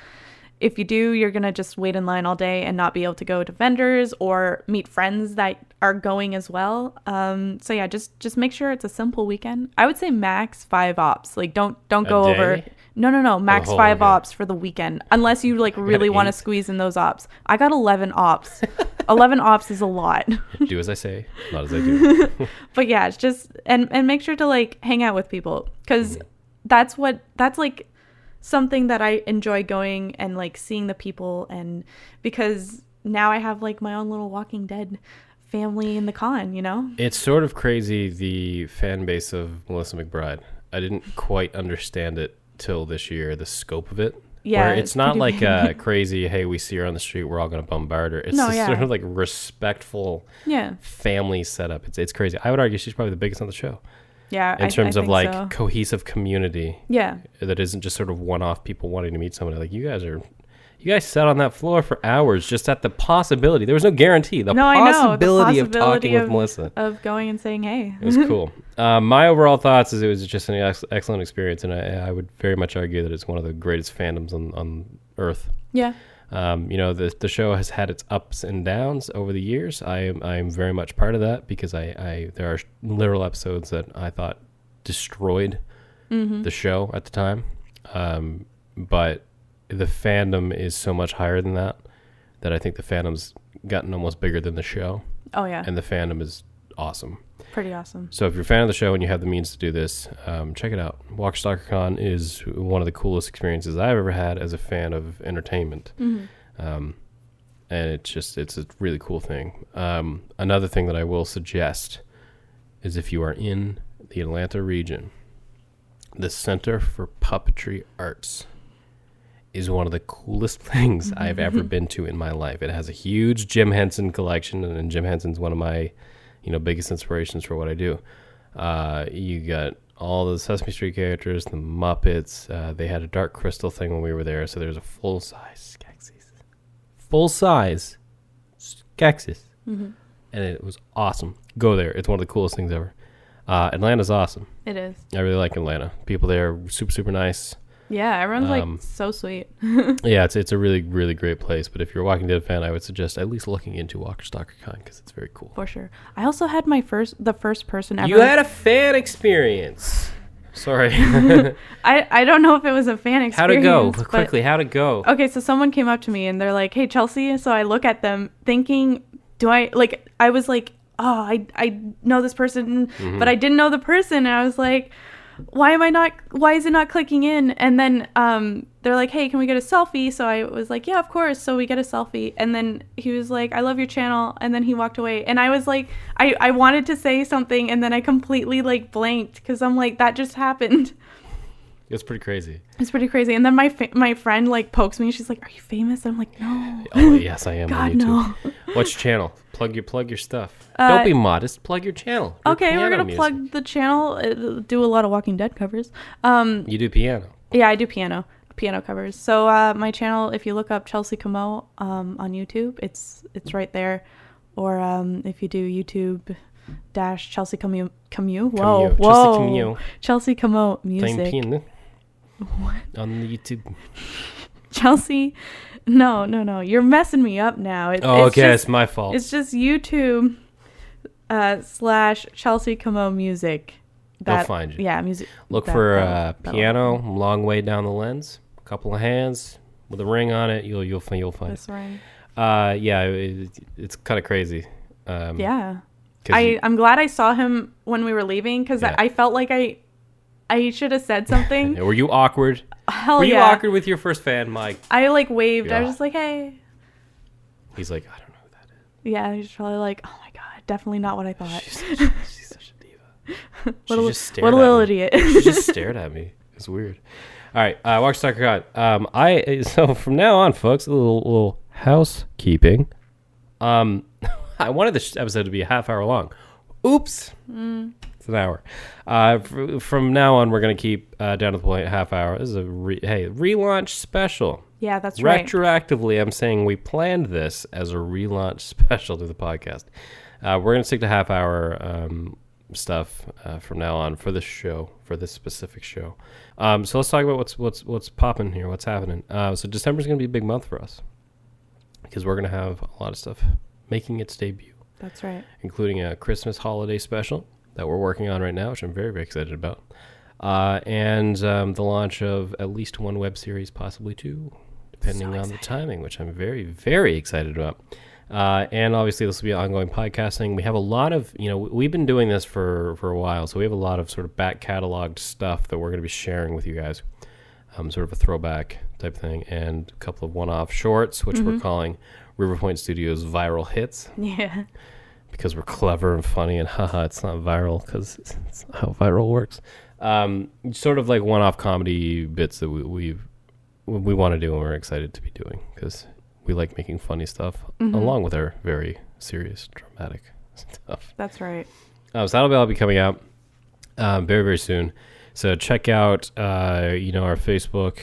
S2: if you do, you're gonna just wait in line all day and not be able to go to vendors or meet friends that are going as well. Um, so yeah, just just make sure it's a simple weekend. I would say max five ops. Like don't don't
S1: A
S2: go over.
S1: day?
S2: No no no max
S1: whole
S2: five
S1: weekend.
S2: ops for the weekend unless you like really want to
S1: eight.
S2: squeeze in those ops. I got eleven ops. eleven ops is a lot.
S1: Do as I say, not as I do.
S2: but yeah it's just and and make sure to like hang out with people because
S1: Mm-hmm.
S2: that's what that's like something that i enjoy going and like seeing the people and because now i have like my own little walking dead family in the con you know
S1: it's sort of crazy the fan base of Melissa McBride. I didn't quite understand it till this year, the scope of it.
S2: Yeah,
S1: Where it's,
S2: it's
S1: not
S2: pretty
S1: like
S2: big.
S1: uh, crazy, hey, we see her on the street, we're all going to bombard her. It's
S2: No,
S1: just
S2: yeah.
S1: sort of like respectful
S2: yeah
S1: family setup. It's, it's crazy. I would argue she's probably the biggest on the show.
S2: Yeah.
S1: in
S2: I-
S1: terms
S2: I
S1: of
S2: think
S1: like
S2: so.
S1: cohesive community
S2: Yeah.
S1: that isn't just sort of one-off people wanting to meet somebody like you guys are you guys sat on that floor for hours just at the possibility there was no guarantee the,
S2: No, I know, the
S1: possibility, of
S2: possibility
S1: talking with
S2: of-
S1: melissa
S2: Of going and saying, hey.
S1: it was cool uh, my overall thoughts is it was just an ex- excellent experience and I, I would very much argue that it's one of the greatest fandoms on, on earth
S2: Yeah.
S1: um, you know, the the show has had its ups and downs over the years. I am I am very much part of that because I, I there are literal episodes that I thought destroyed the show at the time. Um, but the fandom is so much higher than that that I think the fandom's gotten almost bigger than the show,
S2: Oh, yeah.
S1: and the fandom is awesome.
S2: Pretty awesome.
S1: So if you're a fan of the show and you have the means to do this, um, check it out. Walker Stalker Con is one of the coolest experiences I've ever had as a fan of entertainment. Um, and it's just, it's a really cool thing. Um, another thing that I will suggest is if you are in the Atlanta region, the Center for Puppetry Arts is one of the coolest things I've ever been to in my life. It has a huge Jim Henson collection, and, and Jim Henson's one of my, you know, biggest inspirations for what I do. Uh, you got all the Sesame Street characters, the Muppets. Uh, they had a Dark Crystal thing when we were there, so there's a full size Skeksis, full size Skeksis, and it was awesome. Go there; it's one of the coolest things ever. Uh, Atlanta's awesome.
S2: It is.
S1: I really like Atlanta. People there are super super nice.
S2: Yeah. Everyone's
S1: Um,
S2: like so sweet.
S1: Yeah, it's it's a really really great place. But if you're a Walking Dead fan, I would suggest at least looking into Walker Stalker Con because it's very cool.
S2: For sure. I also had my first, the first person ever.
S1: You had a fan experience. Sorry,
S2: I, I don't know if it was a fan experience.
S1: how to go
S2: but-
S1: quickly? How to go?
S2: Okay, so someone came up to me and they're like, "Hey, Chelsea." So I look at them, thinking, "Do I like?" I was like, "Oh, I I know this person, but I didn't know the person." And I was like, "Why am I not? Why is it not clicking in?" And then um, they're like, "Hey, can we get a selfie?" So I was like, "Yeah, of course." So we get a selfie, and then he was like, "I love your channel," and then he walked away, and I was like, "I I wanted to say something," and then I completely like blanked because I'm like, "That just happened."
S1: It's pretty crazy.
S2: It's pretty crazy. And then my fa- my friend like pokes me. She's like, "Are you famous?" And I'm like, "No."
S1: Oh yes, I am on
S2: God,
S1: YouTube.
S2: no.
S1: What's your channel? Plug your plug your stuff.
S2: Uh,
S1: Don't be modest. Plug your channel. Your
S2: Okay,
S1: piano
S2: we're gonna
S1: music.
S2: plug the channel. Uh, Do a lot of Walking Dead covers. Um,
S1: You do piano.
S2: yeah, I do piano piano covers. So uh, my channel, if you look up Chelsea Camo um, on YouTube, it's it's right there. Or um, if you do YouTube dash Chelsea Camu Camu. Whoa,
S1: Camus, Chelsea
S2: whoa,
S1: Camus.
S2: Chelsea Camo
S1: Playing
S2: music.
S1: piano. On the YouTube.
S2: Chelsea, no, no, no, you're messing me up now. It,
S1: Oh,
S2: it's
S1: okay,
S2: just-
S1: it's my fault.
S2: It's just YouTube uh, slash Chelsea Camo music.
S1: They'll find you.
S2: Yeah, music.
S1: Look
S2: that-
S1: for
S2: that'll-
S1: uh,
S2: that'll-
S1: piano, long way down the lens, couple of hands with a ring on it. You'll you'll find you'll find.
S2: This ring.
S1: It. Uh, yeah, it, it's kind of crazy. Um,
S2: Yeah.
S1: 'cause
S2: I
S1: you-
S2: I'm glad I saw him when we were leaving because
S1: Yeah.
S2: I, I felt like I I should have said something.
S1: were you awkward?
S2: Hell
S1: were you
S2: Oh, yeah.
S1: awkward with your first fan, Mike?
S2: I like waved. I
S1: Yeah.
S2: was just like, hey.
S1: He's like, I don't know who that is.
S2: Yeah, he's probably like, oh my god, definitely not what I thought.
S1: She's such, a- she's such a diva. she
S2: What a, li-
S1: just stared
S2: what a
S1: at
S2: little
S1: me.
S2: idiot.
S1: she just stared at me. It's weird. All right, uh, Walker Stalker God. Um, I so from now on, folks, a little, little housekeeping. Um, I wanted this episode to be a half hour long. Oops, it's an hour. Uh, fr- from now on, we're gonna keep uh, down to the point half hour. This is a re- hey relaunch special.
S2: yeah, that's right.
S1: Retroactively, I'm saying we planned this as a relaunch special to the podcast. Uh, we're going to stick to half hour um, stuff uh, from now on for this show, for this specific show. Um, so let's talk about what's what's what's popping here, what's happening. Uh, so December's going to be a big month for us because we're going to have a lot of stuff making its debut,
S2: that's right.
S1: including a Christmas holiday special that we're working on right now, which I'm very very excited about. Uh, and um, the launch of at least one web series, possibly two, depending on the timing, which I'm very, very excited about. Uh, and obviously, this will be ongoing podcasting. We have a lot of, you know, we- we've been doing this for for a while, so we have a lot of sort of back cataloged stuff that we're going to be sharing with you guys, um, sort of a throwback type thing, and a couple of one-off shorts, which we're calling Riverpoint Studios viral hits
S2: Yeah.
S1: because we're clever and funny and haha it's not viral because it's, it's not how viral works um, sort of like one-off comedy bits that we we've, we want to do and we're excited to be doing because we like making funny stuff along with our very serious dramatic stuff
S2: That's right.
S1: uh, so that'll be, all be coming out um, very very soon. So check out uh, you know our Facebook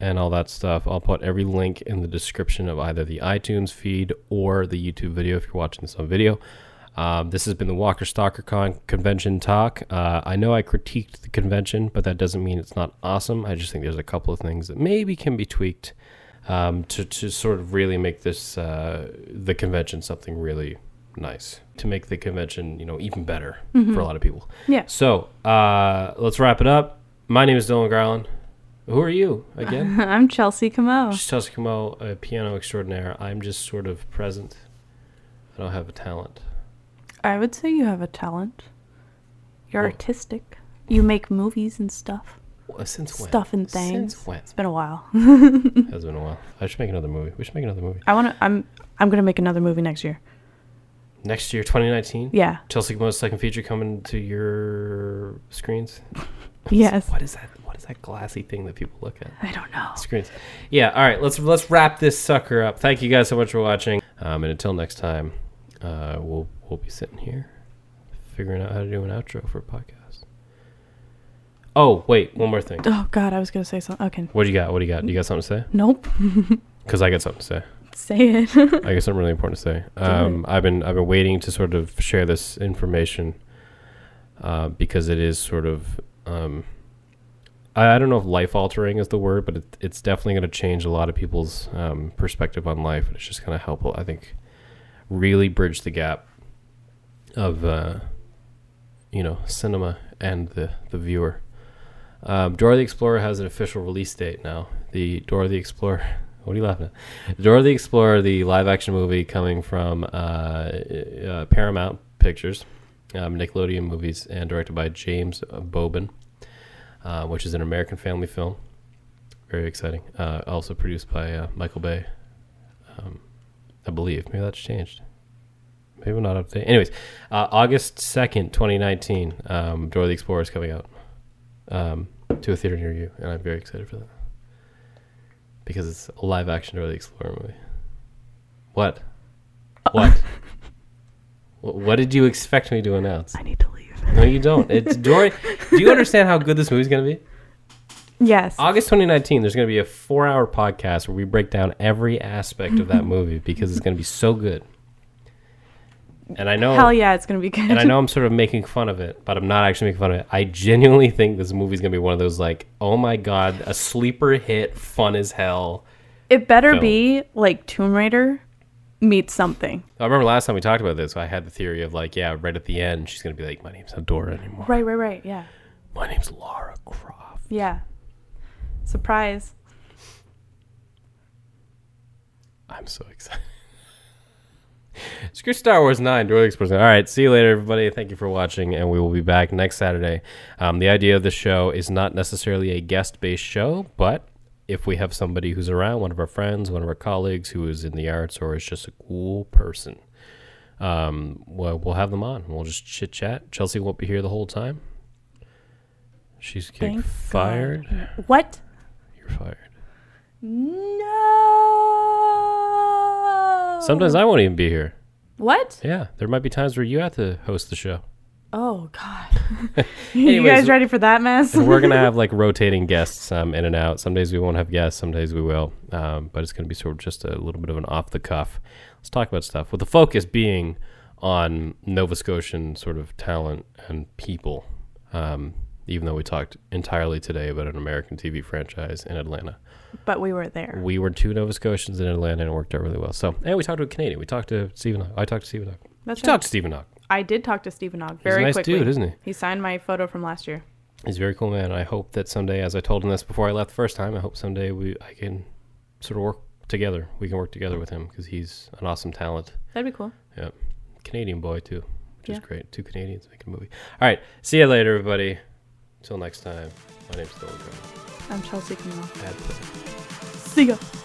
S1: and all that stuff. I'll put every link in the description of either the iTunes feed or the YouTube video if you're watching this on video. Um, this has been the Walker Stalker Con convention talk. Uh, I know I critiqued the convention, but that doesn't mean it's not awesome. I just think there's a couple of things that maybe can be tweaked um, to, to sort of really make this uh, the convention something really nice to make the convention you know even better for a lot of people.
S2: Yeah.
S1: So uh, let's wrap it up. My name is Dylan Garland. Who are you again?
S2: I'm Chelsea Camo.
S1: just Tuscamo, a piano extraordinaire. I'm just sort of present. I don't have a talent.
S2: I would say you have a talent. You're
S1: Well-
S2: artistic. You make movies and stuff.
S1: Well, Since when?
S2: Stuff and things. Mm-hmm.
S1: Since when?
S2: It's been a while.
S1: Has been a while. I should make another movie. We should make another movie
S2: I want to. I'm. I'm gonna make another movie next year.
S1: next year, 2019.
S2: Yeah.
S1: Chelsea Gamo's second feature coming to your screens.
S2: Yes.
S1: What is that? What is that glassy thing that people look at?
S2: I don't know.
S1: Screens. Yeah. All right. Let's let's wrap this sucker up. Thank you guys so much for watching. Um, and until next time, uh, we'll we'll be sitting here figuring out how to do an outro for a podcast. Oh wait, one more thing.
S2: Oh God, I was gonna say something. Okay.
S1: What do you got? What do you got? Do you got something to say?
S2: Nope.
S1: Because I got something to say.
S2: Say it.
S1: I guess something really important to say. Um, I've been I've been waiting to sort of share this information uh, because it is sort of um, I, I don't know if life altering is the word, but it, it's definitely going to change a lot of people's um, perspective on life, and it's just going to help. I think really bridge the gap of uh, you know cinema and the the viewer. Um, Dora the Explorer has an official release date now. The Dora the Explorer. What are you laughing at? Dora the Explorer, the live action movie coming from uh, uh, Paramount Pictures, um, Nickelodeon movies, and directed by James Bobin, uh, which is an American family film. Very exciting. Uh, also produced by uh, Michael Bay, um, I believe. Maybe that's changed. Maybe not up to date. Anyways, uh, August 2nd, 2019, um, Dora the Explorer is coming out um, to a theater near you, and I'm very excited for that because it's a live action Dora the Explorer movie. What? What? Wh- what did you expect me to announce?
S2: I need to leave.
S1: No, you don't. It's Dora. Do you understand how good this movie's gonna be?
S2: Yes.
S1: August 2019, there's going to be a four hour podcast where we break down every aspect of that movie because it's going to be so good. And I know,
S2: Hell yeah, it's gonna be good.
S1: and I know I'm sort of making fun of it, but I'm not actually making fun of it. I genuinely think this movie's going to be one of those like, oh my god, a sleeper hit, fun as hell.
S2: It better
S1: film.
S2: be like Tomb Raider meets something.
S1: I remember last time we talked about this, I had the theory of like, yeah, right at the end, she's going to be like, my name's not Dora anymore.
S2: Right, right, right. Yeah.
S1: My name's Laura Croft.
S2: Yeah. Surprise.
S1: I'm so excited. Screw Star Wars 9, Dora the Explorer. All right, see you later, everybody. Thank you for watching, and we will be back next Saturday. Um, the idea of the show is not necessarily a guest based show, but if we have somebody who's around, one of our friends, one of our colleagues who is in the arts or is just a cool person, um, well, we'll have them on. We'll just chit chat. Chelsea won't be here the whole time. She's getting
S2: Thank God.
S1: fired.
S2: What?
S1: You're fired.
S2: No.
S1: Sometimes I won't even be here.
S2: What?
S1: Yeah, there might be times where you have to host the show.
S2: Oh God. you
S1: Anyways,
S2: guys ready for that mess?
S1: we're gonna have like rotating guests um, in and out. Some days we won't have guests, some days we will. Um, but it's gonna be sort of just a little bit of an off the cuff. Let's talk about stuff with the focus being on Nova Scotian sort of talent and people. Um, even though we talked entirely today about an American TV franchise in Atlanta,
S2: but we were there.
S1: we were two Nova Scotians in Atlanta and it worked out really well. So, and we talked to a Canadian. We talked to Stephen. Hawk. I talked to Stephen. Hawk.
S2: That's
S1: You
S2: right.
S1: talked to Stephen Hawk.
S2: I did talk to Stephen Ogg
S1: He's a
S2: very
S1: nice
S2: quickly.
S1: dude, isn't he?
S2: He signed my photo from last year.
S1: He's a very cool man. I hope that someday, as I told him this before I left the first time, I hope someday we I can sort of work together. We can work together with him because he's an awesome talent.
S2: That'd be cool.
S1: Yeah, Canadian boy too, which is
S2: Yeah.
S1: great. Two Canadians making a movie. All right, see you later, everybody. Until next time, my name's Dylan. Brown.
S2: I'm Chelsea Kimmel.
S1: Add play.
S2: See ya.